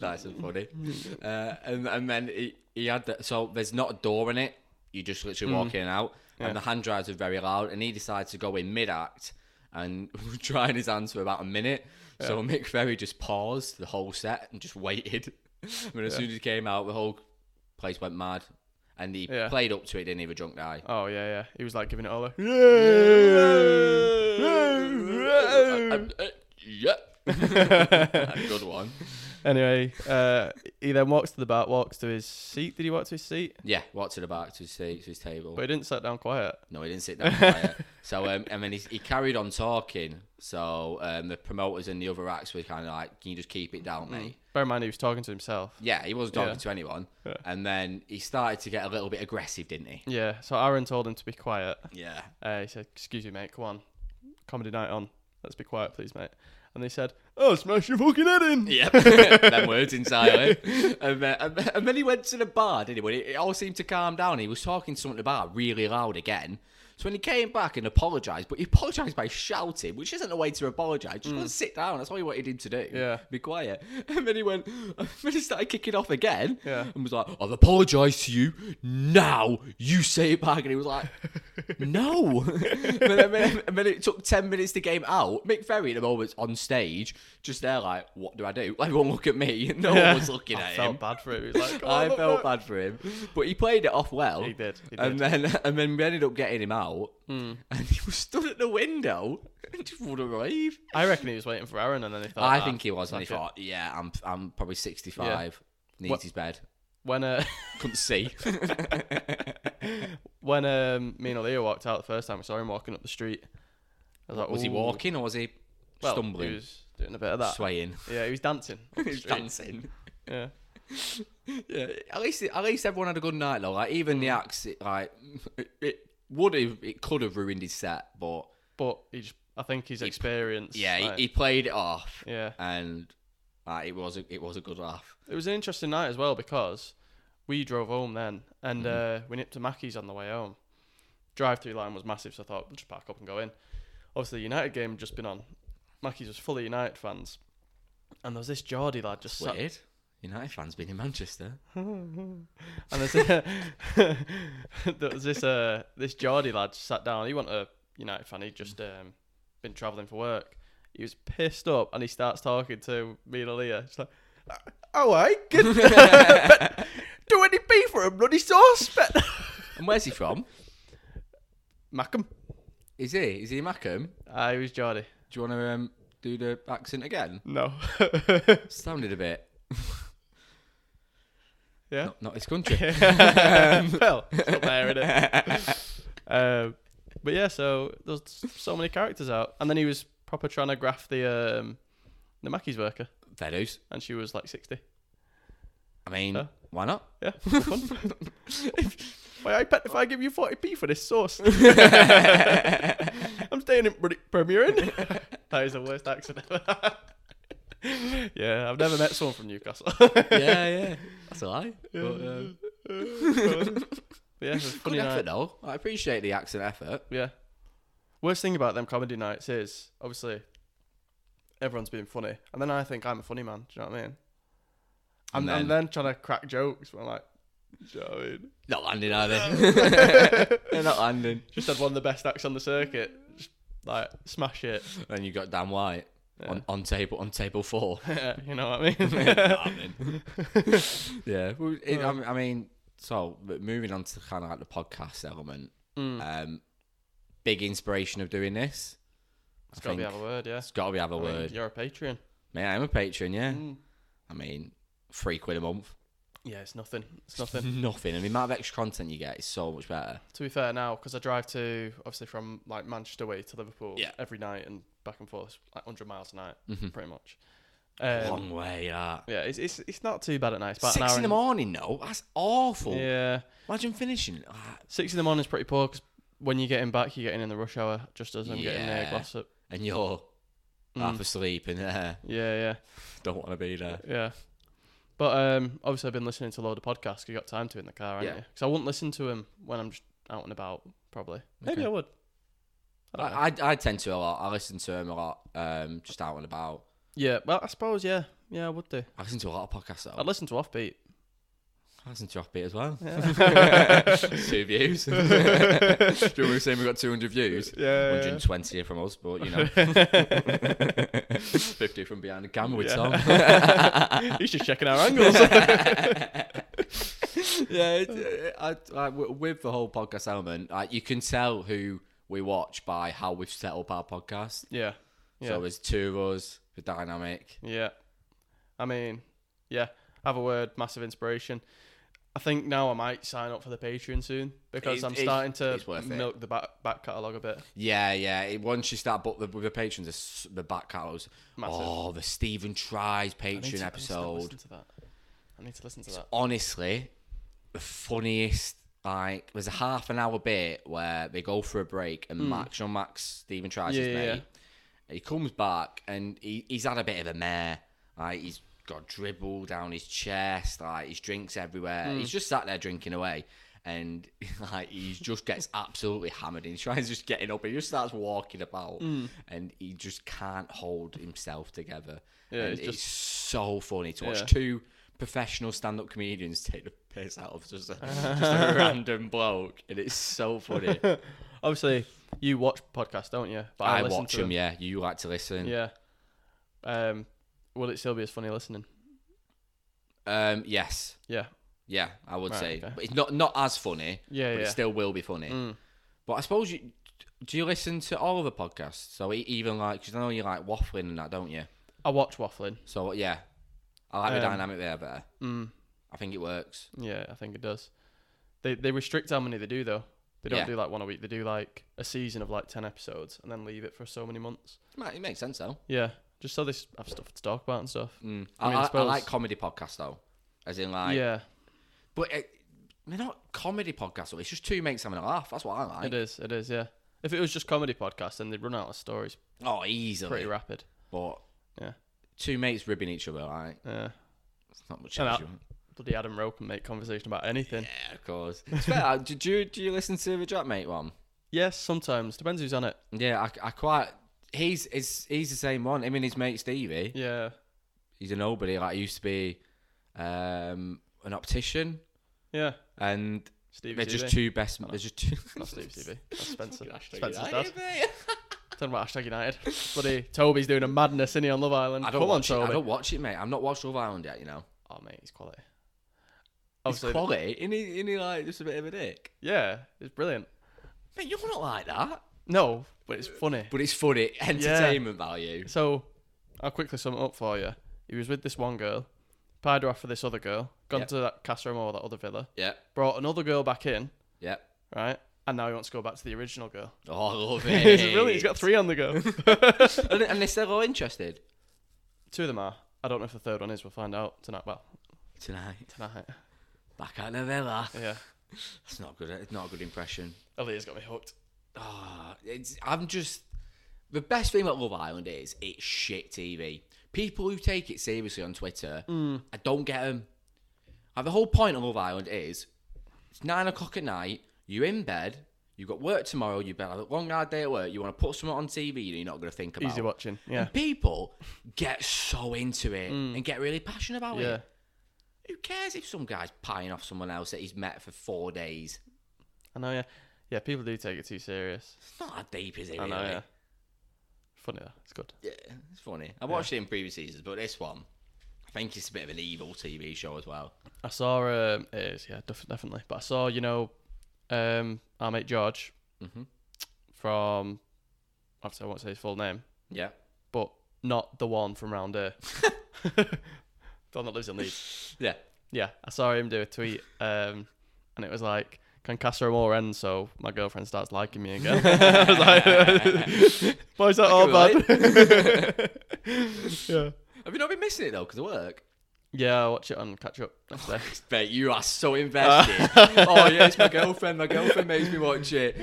[SPEAKER 1] nice and funny. Uh, and, and then he, he had that. So there's not a door in it. You just literally walk in and out. And the hand drives are very loud. And he decides to go in mid act and trying his hands for about a minute. So Mick Ferry just paused the whole set and just waited. And as soon as he came out, the whole place went mad. And he
[SPEAKER 2] Yeah.
[SPEAKER 1] played up to it, didn't he, the drunk guy?
[SPEAKER 2] Oh yeah, yeah. He was like giving it all. a-
[SPEAKER 1] Uh, uh, yeah. Good one.
[SPEAKER 2] Anyway, uh, he then walks to the back, walks to his seat. Did he walk to his seat?
[SPEAKER 1] Yeah, walked to the back to his, seat, to his table.
[SPEAKER 2] But he didn't sit down quiet.
[SPEAKER 1] No, he didn't sit down quiet. So, um, and then he, he carried on talking. So um, the promoters and the other acts were kind of like, can you just keep it down, mate?
[SPEAKER 2] Bear in mind, he was talking to himself.
[SPEAKER 1] Yeah, he wasn't talking
[SPEAKER 2] Mm. Yeah.
[SPEAKER 1] to anyone.
[SPEAKER 2] Yeah.
[SPEAKER 1] And then he started to get a little bit aggressive, didn't he?
[SPEAKER 2] Yeah, so Aaron told him to be quiet.
[SPEAKER 1] Yeah.
[SPEAKER 2] Uh, he said, Excuse me, mate, come on. Comedy night on. Let's be quiet, please, mate. And they said, Oh, smash your fucking head in.
[SPEAKER 1] Yep. Them words entirely. And then, and then- and then he went to the bar, didn't he? When it, it all seemed to calm down, he was talking to someone at the bar really loud again. So when he came back and apologised, but he apologised by shouting, which isn't the way to apologise. Just go and sit down. That's all he wanted him to do.
[SPEAKER 2] Mm. Yeah.
[SPEAKER 1] Be quiet. And then he went, then he started kicking off again.
[SPEAKER 2] Yeah.
[SPEAKER 1] And was like, I've apologised to you. Now you say it back. And he was like, no. and, then, and then- and then it took 10 minutes to game out. Mick Ferry at the moment's on stage, just there like, what do I do? Everyone look at me. No one was looking
[SPEAKER 2] I
[SPEAKER 1] at
[SPEAKER 2] felt
[SPEAKER 1] him.
[SPEAKER 2] bad for him. He was like, "Oh, "Come on,
[SPEAKER 1] I
[SPEAKER 2] look
[SPEAKER 1] felt
[SPEAKER 2] back."
[SPEAKER 1] bad for him. But he played it off well.
[SPEAKER 2] He did, Hmm. he
[SPEAKER 1] And then and then we ended up getting him out. And he was stood at the window and just wouldn't leave.
[SPEAKER 2] I reckon he was waiting for Aaron and then he thought,
[SPEAKER 1] I
[SPEAKER 2] "Ah,
[SPEAKER 1] think he was. And he
[SPEAKER 2] fuck it."
[SPEAKER 1] thought, yeah, I'm I'm probably 65. Needs
[SPEAKER 2] What-
[SPEAKER 1] his bed.
[SPEAKER 2] When, uh,
[SPEAKER 1] Couldn't see.
[SPEAKER 2] when um, me and Leo walked out the first time, we saw him walking up the street. I was like,
[SPEAKER 1] was he
[SPEAKER 2] "Ooh."
[SPEAKER 1] walking or was he
[SPEAKER 2] Well,
[SPEAKER 1] stumbling,
[SPEAKER 2] He was doing a bit of that.
[SPEAKER 1] swaying?
[SPEAKER 2] Yeah, he was dancing. up the
[SPEAKER 1] he was
[SPEAKER 2] street.
[SPEAKER 1] dancing.
[SPEAKER 2] Yeah.
[SPEAKER 1] Yeah, at least at least everyone had a good night though. Like even the axe, it, like it, it would have, it could have ruined his set, but
[SPEAKER 2] But he just, I think his experience.
[SPEAKER 1] yeah,
[SPEAKER 2] like-
[SPEAKER 1] he, he played it off,
[SPEAKER 2] yeah.
[SPEAKER 1] and like, it was a, it was a good laugh.
[SPEAKER 2] It was an interesting night as well because we drove home then and
[SPEAKER 1] Mm-hmm.
[SPEAKER 2] uh, we nipped to Mackey's on the way home. Drive through line was massive, so I thought we'll just pack up and go in. Obviously, the United game had just been on. Mackey's was full of United fans, and there was this Geordie lad just sat.
[SPEAKER 1] Weird. United fans been in Manchester.
[SPEAKER 2] And there's a, there was this uh, this Geordie lad sat down. He wasn't a United fan. He'd just um, been travelling for work. He was pissed up, and he starts talking to me and Aaliyah. She's like, "Oh, I can do any beef for a bloody sauce, but
[SPEAKER 1] And where's he from?
[SPEAKER 2] Macam."
[SPEAKER 1] Is he? Is he Macam?
[SPEAKER 2] I Uh, was Geordie.
[SPEAKER 1] Do you want to um, do the accent again?
[SPEAKER 2] No.
[SPEAKER 1] Sounded a bit
[SPEAKER 2] yeah.
[SPEAKER 1] not, not his country.
[SPEAKER 2] well, it's not there, innit? um, but yeah, so there's so many characters out, and then he was proper trying to graph the um, the Mackey's worker,
[SPEAKER 1] Fair dues.
[SPEAKER 2] and she was like sixty.
[SPEAKER 1] I mean,
[SPEAKER 2] Huh?
[SPEAKER 1] why not?
[SPEAKER 2] Yeah, for fun. Why, I bet if I give you forty p for this sauce, I'm staying in British Premier Inn. that is the worst accent ever. yeah, I've never met someone from Newcastle.
[SPEAKER 1] yeah, yeah. That's a lie. But, um,
[SPEAKER 2] yeah, it's a
[SPEAKER 1] good
[SPEAKER 2] funny night.
[SPEAKER 1] effort, though. I appreciate the accent effort.
[SPEAKER 2] Yeah. Worst thing about them comedy nights is obviously everyone's being funny, and then I think I'm a funny man. Do you know what I mean? I'm,
[SPEAKER 1] And
[SPEAKER 2] I'm then trying to crack jokes. But I'm like, do you know what I mean?
[SPEAKER 1] Not landing, are they? They're not landing.
[SPEAKER 2] Just had one of the best acts on the circuit. Just, like smash it.
[SPEAKER 1] And you got Dan White on, on table on table four.
[SPEAKER 2] you know what I mean?
[SPEAKER 1] Not happening. yeah. Well, it, I, mean- I mean, so but moving on to kind of like the podcast element.
[SPEAKER 2] Mm. Hmm.
[SPEAKER 1] Um, big inspiration of doing this.
[SPEAKER 2] It's got to be have a word, yeah.
[SPEAKER 1] It's got to be have a
[SPEAKER 2] I mean,
[SPEAKER 1] word.
[SPEAKER 2] you're a Patreon.
[SPEAKER 1] Mate, I'm a patron. Yeah.
[SPEAKER 2] Mm.
[SPEAKER 1] I mean, three quid a month.
[SPEAKER 2] Yeah, it's nothing. It's nothing.
[SPEAKER 1] Nothing. And the amount of extra content you get is so much better.
[SPEAKER 2] To be fair, now because I drive to obviously from like Manchester way to Liverpool
[SPEAKER 1] Yeah.
[SPEAKER 2] every night and back and forth, like hundred miles a night,
[SPEAKER 1] Mhm.
[SPEAKER 2] pretty much. Um,
[SPEAKER 1] Long way. That.
[SPEAKER 2] Yeah, it's, it's it's not too bad at night. It's about an
[SPEAKER 1] Six
[SPEAKER 2] hour
[SPEAKER 1] in the
[SPEAKER 2] and-
[SPEAKER 1] morning, though. That's awful.
[SPEAKER 2] Yeah,
[SPEAKER 1] Imagine finishing. ah,
[SPEAKER 2] six in the morning is pretty poor because when you're getting back, you're getting in the rush hour just as I'm getting there.
[SPEAKER 1] Yeah.
[SPEAKER 2] Glossop.
[SPEAKER 1] and you're half asleep and uh,
[SPEAKER 2] Yeah,
[SPEAKER 1] don't want to be there.
[SPEAKER 2] yeah, yeah. But um, obviously I've been listening to a load of podcasts. 'cause You got time to in the car, aren't
[SPEAKER 1] Yeah.
[SPEAKER 2] you? Because I wouldn't listen to them when I'm just out and about. Probably, maybe
[SPEAKER 1] Okay.
[SPEAKER 2] I would. I don't know.
[SPEAKER 1] I, I, I tend to a lot. I listen to them a lot, um, just out and about.
[SPEAKER 2] Yeah, well, I suppose yeah, yeah, I would do.
[SPEAKER 1] I listen to a lot of podcasts though.
[SPEAKER 2] I'd listen to Offbeat.
[SPEAKER 1] I listen to Offbeat as well.
[SPEAKER 2] Yeah.
[SPEAKER 1] two views. Do you remember we were saying we got 200 views?
[SPEAKER 2] Yeah.
[SPEAKER 1] 120 are from us, but you know, 50 from behind the camera with Tom.
[SPEAKER 2] He's just checking our angles.
[SPEAKER 1] yeah, it, it- I, I- w- with the whole podcast element, like, you can tell who we watch by how we've set up our podcast.
[SPEAKER 2] yeah. Yeah.
[SPEAKER 1] So there's two of us, the dynamic.
[SPEAKER 2] yeah. I mean, yeah. Have a word, massive inspiration. I think now I might sign up for the Patreon soon because
[SPEAKER 1] It's-
[SPEAKER 2] I'm
[SPEAKER 1] it's-
[SPEAKER 2] starting to
[SPEAKER 1] it's worth it.
[SPEAKER 2] milk the back, back catalogue a bit.
[SPEAKER 1] Yeah, yeah. It, once you start, but the, with the patrons, the, s- the back catalogs.
[SPEAKER 2] Massive.
[SPEAKER 1] Oh, the Stephen Tries
[SPEAKER 2] I
[SPEAKER 1] Patreon
[SPEAKER 2] need to- I need to
[SPEAKER 1] episode.
[SPEAKER 2] listen to that. I need to listen to
[SPEAKER 1] It's
[SPEAKER 2] that.
[SPEAKER 1] honestly the funniest. Like, there's a half an hour bit where they go for a break and Max, you know, Max, Stephen tries
[SPEAKER 2] Hmm. Yeah,
[SPEAKER 1] his
[SPEAKER 2] yeah,
[SPEAKER 1] mate. He comes back and he, he's had a bit of a mare. Like, he's got dribble down his chest. Like, his drinks everywhere.
[SPEAKER 2] Hmm.
[SPEAKER 1] He's just sat there drinking away. And like he just gets absolutely hammered, and he tries just getting up. He just starts walking about,
[SPEAKER 2] Hmm.
[SPEAKER 1] and he just can't hold himself together.
[SPEAKER 2] Yeah,
[SPEAKER 1] and
[SPEAKER 2] it's just-
[SPEAKER 1] it's so funny to watch
[SPEAKER 2] Yeah.
[SPEAKER 1] two professional stand-up comedians take the piss out of just a, just a random bloke, and it's so funny.
[SPEAKER 2] Obviously, you watch podcasts, don't you? But
[SPEAKER 1] I,
[SPEAKER 2] listen
[SPEAKER 1] watch
[SPEAKER 2] to
[SPEAKER 1] them. Yeah, you like to listen.
[SPEAKER 2] Yeah. Um, will it still be as funny listening?
[SPEAKER 1] Um, yes,
[SPEAKER 2] Yeah.
[SPEAKER 1] yeah, I would
[SPEAKER 2] Right,
[SPEAKER 1] say,
[SPEAKER 2] okay.
[SPEAKER 1] but it's not not as funny.
[SPEAKER 2] Yeah,
[SPEAKER 1] but
[SPEAKER 2] yeah.
[SPEAKER 1] it still will be funny.
[SPEAKER 2] Mm.
[SPEAKER 1] But I suppose you do you listen to all of the podcasts? So e- even like, because I know you like waffling and that, don't you?
[SPEAKER 2] I watch waffling.
[SPEAKER 1] So yeah, I like the
[SPEAKER 2] Um,
[SPEAKER 1] dynamic there better.
[SPEAKER 2] Mm.
[SPEAKER 1] I think it works.
[SPEAKER 2] Yeah, I think it does. They they restrict how many they do though. They don't
[SPEAKER 1] Yeah.
[SPEAKER 2] do like one a week. They do like a season of like ten episodes and then leave it for so many months.
[SPEAKER 1] Might- It makes sense though.
[SPEAKER 2] Yeah, just so they s- have stuff to talk about and stuff.
[SPEAKER 1] Mm.
[SPEAKER 2] I
[SPEAKER 1] I,
[SPEAKER 2] mean, I
[SPEAKER 1] I- I
[SPEAKER 2] suppose-
[SPEAKER 1] like comedy podcasts though, as in like,
[SPEAKER 2] yeah,
[SPEAKER 1] but it, they're not comedy podcasts. Though. It's just two mates having a laugh. That's what I like.
[SPEAKER 2] it is. It is. Yeah. If it was just comedy podcast, then they'd run out of stories
[SPEAKER 1] Oh,
[SPEAKER 2] pretty
[SPEAKER 1] easily.
[SPEAKER 2] rapid.
[SPEAKER 1] But
[SPEAKER 2] Yeah.
[SPEAKER 1] two mates ribbing each other, like
[SPEAKER 2] Yeah.
[SPEAKER 1] it's not much.
[SPEAKER 2] And I-
[SPEAKER 1] else you want.
[SPEAKER 2] Bloody Adam Rowe can make conversation about anything.
[SPEAKER 1] Yeah, of course. It's fair. like, do, do you do you listen to the Jack Mate one?
[SPEAKER 2] Yes, sometimes depends who's on it.
[SPEAKER 1] Yeah, I, I quite. He's is he's the same one. Him and his mate Stevie.
[SPEAKER 2] Yeah.
[SPEAKER 1] He's a nobody. Like he used to be um, an optician,
[SPEAKER 2] Yeah.
[SPEAKER 1] and
[SPEAKER 2] Stevie.
[SPEAKER 1] they're just
[SPEAKER 2] TV.
[SPEAKER 1] two best. They're just two.
[SPEAKER 2] Not Steve TV. That's Spencer.
[SPEAKER 1] Fucking
[SPEAKER 2] Spencer's
[SPEAKER 1] hashtag
[SPEAKER 2] dad.
[SPEAKER 1] United, mate.
[SPEAKER 2] Talking about hashtag United. Bloody Toby's doing a madness, isn't he, on Love Island?
[SPEAKER 1] I don't
[SPEAKER 2] Come on,
[SPEAKER 1] watch it.
[SPEAKER 2] Toby.
[SPEAKER 1] I don't watch it, mate. I've not watched Love Island yet. You know,
[SPEAKER 2] Oh mate, he's quality.
[SPEAKER 1] it's
[SPEAKER 2] Obviously,
[SPEAKER 1] quality. Isn't he, isn't he like just a bit of a dick?
[SPEAKER 2] yeah, it's brilliant.
[SPEAKER 1] Mate, you're not like that.
[SPEAKER 2] No, but it's funny.
[SPEAKER 1] But it's funny, entertainment value.
[SPEAKER 2] So, I'll quickly sum it up for you. He was with this one girl, pied her off for this other girl, gone
[SPEAKER 1] Yep.
[SPEAKER 2] to that Castro Moore, that other villa,
[SPEAKER 1] Yeah,
[SPEAKER 2] brought another girl back in,
[SPEAKER 1] yeah.
[SPEAKER 2] right? And now he wants to go back to the original girl.
[SPEAKER 1] Oh, I love it.
[SPEAKER 2] He's really, he's got three on the go.
[SPEAKER 1] and, and they're still all interested
[SPEAKER 2] Two of them are. I don't know if the third one is. We'll find out tonight. Well,
[SPEAKER 1] tonight.
[SPEAKER 2] tonight.
[SPEAKER 1] Back at the villa.
[SPEAKER 2] Yeah.
[SPEAKER 1] eh? That's not good. It's not a good impression.
[SPEAKER 2] Elliot's got me hooked.
[SPEAKER 1] Ah, it's. I'm just. The best thing about Love Island is it's shit TV. People who take it seriously on Twitter,
[SPEAKER 2] Hmm.
[SPEAKER 1] I don't get them. And the whole point of Love Island is it's nine o'clock at night, you're in bed, you've got work tomorrow, you've been had a long hard day at work, you want to put something on TV that you're not going to think about.
[SPEAKER 2] Easy watching. Yeah.
[SPEAKER 1] And people get so into it and get really passionate about
[SPEAKER 2] Hmm. Yeah.
[SPEAKER 1] it. Who cares if some guy's pieing off someone else that he's met for four days?
[SPEAKER 2] I know, yeah. Yeah, people do take it too serious.
[SPEAKER 1] It's not that deep, is it?
[SPEAKER 2] I
[SPEAKER 1] Really?
[SPEAKER 2] know, yeah. Funny though. It's good.
[SPEAKER 1] Yeah, it's funny. I watched it in previous seasons, but this one, I think it's a bit of an evil TV show as well.
[SPEAKER 2] I saw um it is, yeah, def- definitely. But I saw, you know, um our mate George
[SPEAKER 1] Mhm.
[SPEAKER 2] from obviously I won't say his full name,
[SPEAKER 1] Yeah.
[SPEAKER 2] but not the one from round here. the one that lives in Leeds.
[SPEAKER 1] Yeah.
[SPEAKER 2] Yeah, I saw him do a tweet, um, and it was like, "Can Castro more end so my girlfriend starts liking me again?" I was like, "Why is that all
[SPEAKER 1] can
[SPEAKER 2] bad?" yeah,
[SPEAKER 1] Have you not been missing it though, because of work?
[SPEAKER 2] yeah. I watch it on catch up next day.
[SPEAKER 1] Mate, you are so invested. oh yeah, it's my girlfriend. My girlfriend makes me watch it.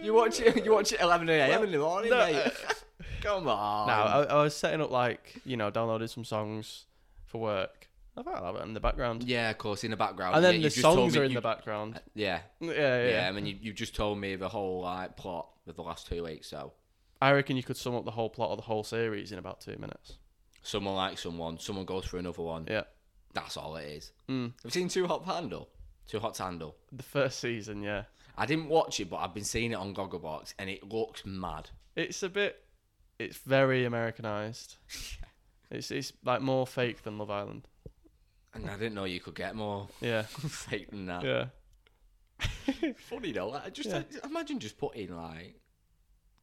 [SPEAKER 1] You watch it. You watch it 11 a.m. in the morning,
[SPEAKER 2] no,
[SPEAKER 1] mate. Come on.
[SPEAKER 2] No, I, I was setting up like you know, downloaded some songs for work. I thought I'll have it in the background,
[SPEAKER 1] yeah, of course, in the background.
[SPEAKER 2] and
[SPEAKER 1] yeah,
[SPEAKER 2] then
[SPEAKER 1] you
[SPEAKER 2] the
[SPEAKER 1] just told
[SPEAKER 2] songs
[SPEAKER 1] me
[SPEAKER 2] are in
[SPEAKER 1] you-
[SPEAKER 2] the background.
[SPEAKER 1] Yeah,
[SPEAKER 2] Yeah,
[SPEAKER 1] yeah.
[SPEAKER 2] yeah.
[SPEAKER 1] I mean, you you just told me the whole like plot of the last two weeks. So
[SPEAKER 2] I reckon you could sum up the whole plot of the whole series in about two minutes.
[SPEAKER 1] someone likes someone, someone goes for another one.
[SPEAKER 2] Yeah,
[SPEAKER 1] That's all it is.
[SPEAKER 2] Mm.
[SPEAKER 1] Have you seen Too Hot to Handle? Too Hot to Handle.
[SPEAKER 2] the first season. Yeah,
[SPEAKER 1] I didn't watch it, but I've been seeing it on Gogglebox, and it looks mad.
[SPEAKER 2] It's a bit. It's very Americanized. it's it's like more fake than Love Island.
[SPEAKER 1] And I didn't know you could get more
[SPEAKER 2] Yeah,
[SPEAKER 1] fake than that.
[SPEAKER 2] yeah.
[SPEAKER 1] Funny though, like, I just
[SPEAKER 2] Yeah.
[SPEAKER 1] I- imagine just putting like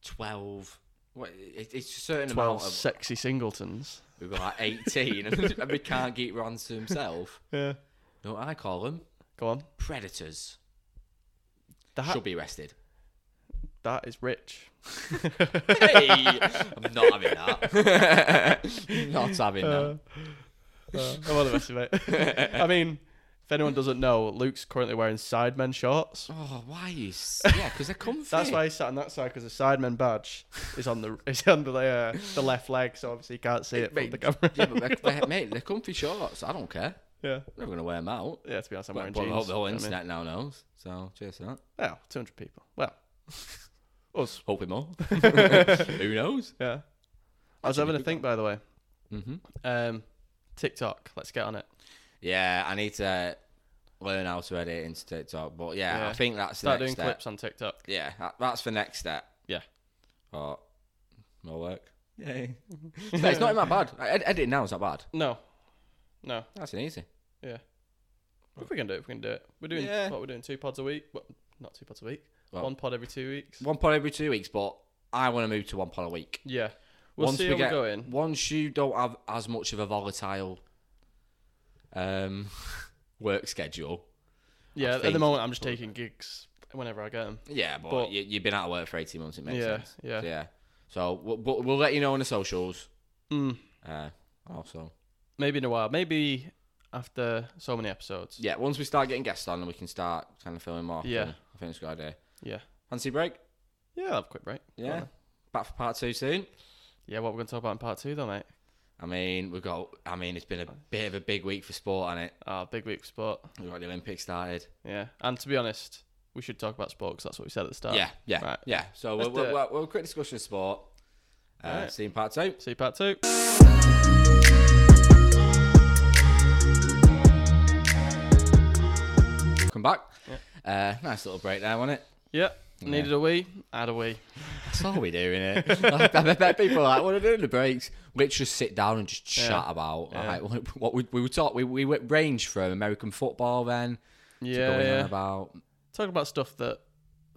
[SPEAKER 1] twelve. What, it, it's a certain
[SPEAKER 2] Twelve
[SPEAKER 1] amount of
[SPEAKER 2] sexy singletons.
[SPEAKER 1] we were like eighteen, and we can't keep Rance to himself.
[SPEAKER 2] Yeah.
[SPEAKER 1] You know what I call them?
[SPEAKER 2] Go on.
[SPEAKER 1] Predators
[SPEAKER 2] That
[SPEAKER 1] should be arrested.
[SPEAKER 2] that is rich.
[SPEAKER 1] hey, I'm not having that. not having that.
[SPEAKER 2] Uh, I'm all the best, mate. I mean, if anyone doesn't know, Luke's currently wearing Sidemen shorts.
[SPEAKER 1] Oh, why? You s- yeah, because they're comfy.
[SPEAKER 2] That's why he's sat on that side because the Sidemen badge is on the is on the uh, the left leg, so obviously you can't see it from the camera.
[SPEAKER 1] Yeah, but they're, they're, mate, they're comfy shorts. I don't care.
[SPEAKER 2] Yeah,
[SPEAKER 1] I'm never gonna wear them out.
[SPEAKER 2] yeah. To be honest, I'm
[SPEAKER 1] But,
[SPEAKER 2] wearing
[SPEAKER 1] but I hope
[SPEAKER 2] jeans.
[SPEAKER 1] the whole
[SPEAKER 2] you know what I mean?
[SPEAKER 1] internet now knows. So cheers to that.
[SPEAKER 2] Well, 200 people. Well, us.
[SPEAKER 1] Hopefully more. Who knows?
[SPEAKER 2] Yeah. I was having a think, by the way.
[SPEAKER 1] hmm
[SPEAKER 2] Um, TikTok. Let's get on it.
[SPEAKER 1] Yeah, I need to learn how to edit into TikTok. But yeah, I
[SPEAKER 2] Yeah.
[SPEAKER 1] think that's the
[SPEAKER 2] Start
[SPEAKER 1] next
[SPEAKER 2] doing
[SPEAKER 1] step.
[SPEAKER 2] clips on TikTok.
[SPEAKER 1] Yeah, that, that's the next step.
[SPEAKER 2] Yeah.
[SPEAKER 1] But more work. Yay. No, it's not even that bad. Ed- editing now is not bad.
[SPEAKER 2] No. No.
[SPEAKER 1] That's an easy.
[SPEAKER 2] Yeah. If we can do it, if we can do it. We're doing
[SPEAKER 1] Yeah.
[SPEAKER 2] what we're doing two pods a week. Well, not two pods a week.
[SPEAKER 1] Well-
[SPEAKER 2] One pod every two weeks.
[SPEAKER 1] One pod every two weeks, but I want to move to one pod a week.
[SPEAKER 2] Yeah. We'll
[SPEAKER 1] once
[SPEAKER 2] see
[SPEAKER 1] we
[SPEAKER 2] how
[SPEAKER 1] get
[SPEAKER 2] we go in.
[SPEAKER 1] once you don't have as much of a volatile um, work schedule.
[SPEAKER 2] Yeah. At
[SPEAKER 1] think-
[SPEAKER 2] the moment, I'm just taking gigs whenever I get them.
[SPEAKER 1] Yeah, but,
[SPEAKER 2] But-
[SPEAKER 1] you, you've been out of work for eighteen months. It makes
[SPEAKER 2] Yeah,
[SPEAKER 1] sense.
[SPEAKER 2] yeah.
[SPEAKER 1] So, yeah. So we'll, we'll, we'll let you know on the socials.
[SPEAKER 2] Mm.
[SPEAKER 1] Uh, also,
[SPEAKER 2] Maybe in a while. Maybe after so many episodes.
[SPEAKER 1] yeah. Once we start getting guests on, then we can start kind of filming more.
[SPEAKER 2] Yeah.
[SPEAKER 1] and I think it's a good idea.
[SPEAKER 2] Yeah.
[SPEAKER 1] Fancy break?
[SPEAKER 2] Yeah. I'll have a quick break. Go on
[SPEAKER 1] Yeah.
[SPEAKER 2] then.
[SPEAKER 1] Back for part two soon.
[SPEAKER 2] Yeah. What we're going to talk about in part two, though, mate.
[SPEAKER 1] I mean, we've got. I mean, it's been a bit of a big week for sport, and it.
[SPEAKER 2] Ah, big week for sport.
[SPEAKER 1] We've got the Olympics started.
[SPEAKER 2] Yeah, and to be honest, we should talk about sport 'cause that's what we said at the start.
[SPEAKER 1] yeah, yeah,
[SPEAKER 2] Right.
[SPEAKER 1] yeah. So
[SPEAKER 2] Let's
[SPEAKER 1] we'll, we'll,
[SPEAKER 2] do it.
[SPEAKER 1] we'll, we'll quick discussion of sport. Uh,
[SPEAKER 2] Right.
[SPEAKER 1] See you in part two.
[SPEAKER 2] See you part two.
[SPEAKER 1] Come back. Uh, nice little break there, wasn't it?
[SPEAKER 2] Yeah, needed a wee, had a wee.
[SPEAKER 1] That's all we do in it. I, I bet people are like, what are doing the breaks? We just sit down and just
[SPEAKER 2] Yeah.
[SPEAKER 1] chat about
[SPEAKER 2] Yeah.
[SPEAKER 1] like, what, what we, we were taught. We, we went range from American football then to
[SPEAKER 2] Yeah,
[SPEAKER 1] going on
[SPEAKER 2] yeah.
[SPEAKER 1] about
[SPEAKER 2] Talk about stuff that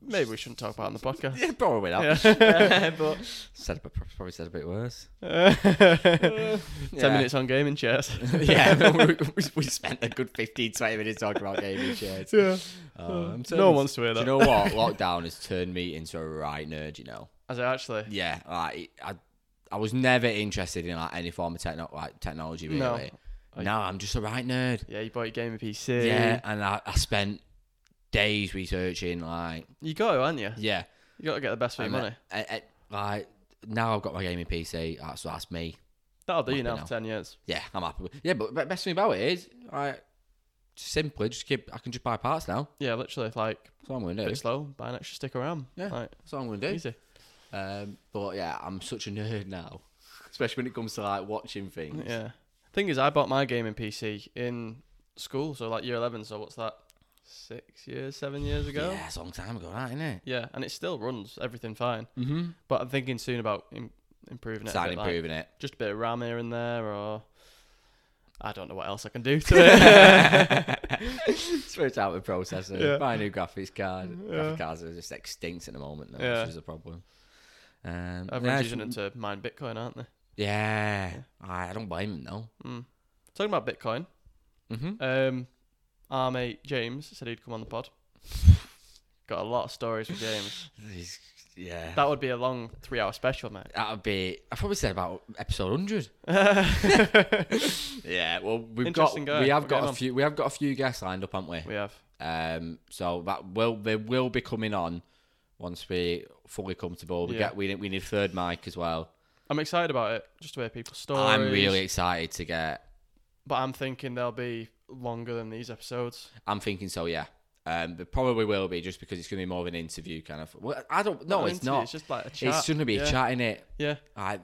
[SPEAKER 2] maybe we shouldn't talk about on the podcast.
[SPEAKER 1] yeah, probably not.
[SPEAKER 2] Yeah, but
[SPEAKER 1] Said a bit, probably said a bit worse.
[SPEAKER 2] ten
[SPEAKER 1] Yeah.
[SPEAKER 2] minutes on gaming chairs.
[SPEAKER 1] yeah, but we, we, we spent a good 15, 20 minutes talking about gaming chairs.
[SPEAKER 2] yeah,
[SPEAKER 1] Oh, I'm
[SPEAKER 2] no one
[SPEAKER 1] turning-
[SPEAKER 2] wants to hear
[SPEAKER 1] Do
[SPEAKER 2] that.
[SPEAKER 1] you know what? Lockdown has turned me into a right nerd. You know.
[SPEAKER 2] As I actually,
[SPEAKER 1] Yeah, like I, I was never interested in like any form of techno- like technology really.
[SPEAKER 2] No. I-
[SPEAKER 1] no, I'm just a right nerd.
[SPEAKER 2] yeah, you bought your gaming PC.
[SPEAKER 1] Yeah, and I, I spent days researching, like,
[SPEAKER 2] you got to, aren't you?
[SPEAKER 1] yeah.
[SPEAKER 2] You got to get the best for your
[SPEAKER 1] and,
[SPEAKER 2] money.
[SPEAKER 1] uh, uh, uh, like, now I've got my gaming PC. That's that's me.
[SPEAKER 2] That'll do you
[SPEAKER 1] Happy
[SPEAKER 2] now
[SPEAKER 1] now.
[SPEAKER 2] for 10 years.
[SPEAKER 1] Yeah, I'm happy. With, yeah, but the best thing about it is, I simply just keep. I can just buy parts now.
[SPEAKER 2] Yeah, literally, like,
[SPEAKER 1] That's all I'm gonna
[SPEAKER 2] a
[SPEAKER 1] do.
[SPEAKER 2] bit slow, buy an extra stick around.
[SPEAKER 1] Yeah.
[SPEAKER 2] Like,
[SPEAKER 1] That's all I'm gonna do.
[SPEAKER 2] easy.
[SPEAKER 1] Um, but yeah, I'm such a nerd now, especially when it comes to like watching things.
[SPEAKER 2] Yeah. Thing is, I bought my gaming PC in school, so like year 11, so what's that? Six years, seven years ago?
[SPEAKER 1] Yeah, it's a long time ago, that, isn't it?
[SPEAKER 2] Yeah, and it still runs everything fine.
[SPEAKER 1] Mm-hmm.
[SPEAKER 2] But I'm thinking soon about Im- improving it. a
[SPEAKER 1] Start
[SPEAKER 2] bit, like,
[SPEAKER 1] improving it.
[SPEAKER 2] just a bit of RAM here and there, or I don't know what else I can do to it.
[SPEAKER 1] Switch out the processor.
[SPEAKER 2] Yeah.
[SPEAKER 1] Buy a new graphics card.
[SPEAKER 2] Yeah.
[SPEAKER 1] Graphic cards are just extinct at the moment, though,
[SPEAKER 2] Yeah.
[SPEAKER 1] which is a problem. Um, yeah,
[SPEAKER 2] Everyone's using it
[SPEAKER 1] it's-
[SPEAKER 2] to mine Bitcoin, aren't they?
[SPEAKER 1] yeah. I I don't blame them though.
[SPEAKER 2] Mm. Talking about Bitcoin,
[SPEAKER 1] Mm-hmm.
[SPEAKER 2] um, our mate James said he'd come on the pod. Got a lot of stories with James.
[SPEAKER 1] yeah, that,
[SPEAKER 2] That would be a long three-hour special, mate.
[SPEAKER 1] would be. I probably said about episode hundred. yeah, well, we've got
[SPEAKER 2] Interesting guy.
[SPEAKER 1] we have
[SPEAKER 2] We'll get
[SPEAKER 1] got
[SPEAKER 2] him
[SPEAKER 1] a
[SPEAKER 2] on.
[SPEAKER 1] few we have got a few guests lined up, haven't we?
[SPEAKER 2] we have.
[SPEAKER 1] Um, so that will they will be coming on once we fully comfortable. We
[SPEAKER 2] Yeah.
[SPEAKER 1] get we need, we need a third mic as well.
[SPEAKER 2] I'm excited about it, just to hear people's stories.
[SPEAKER 1] I'm really excited to get
[SPEAKER 2] but I'm thinking they'll be longer than these episodes.
[SPEAKER 1] I'm thinking so, yeah. Um, there probably will be just because it's going to be more of an interview kind of. Well, I don't. No,
[SPEAKER 2] Not an
[SPEAKER 1] it's
[SPEAKER 2] interview,
[SPEAKER 1] not.
[SPEAKER 2] It's just like a chat.
[SPEAKER 1] It's going to be
[SPEAKER 2] yeah.
[SPEAKER 1] a chat in it.
[SPEAKER 2] Yeah,
[SPEAKER 1] I,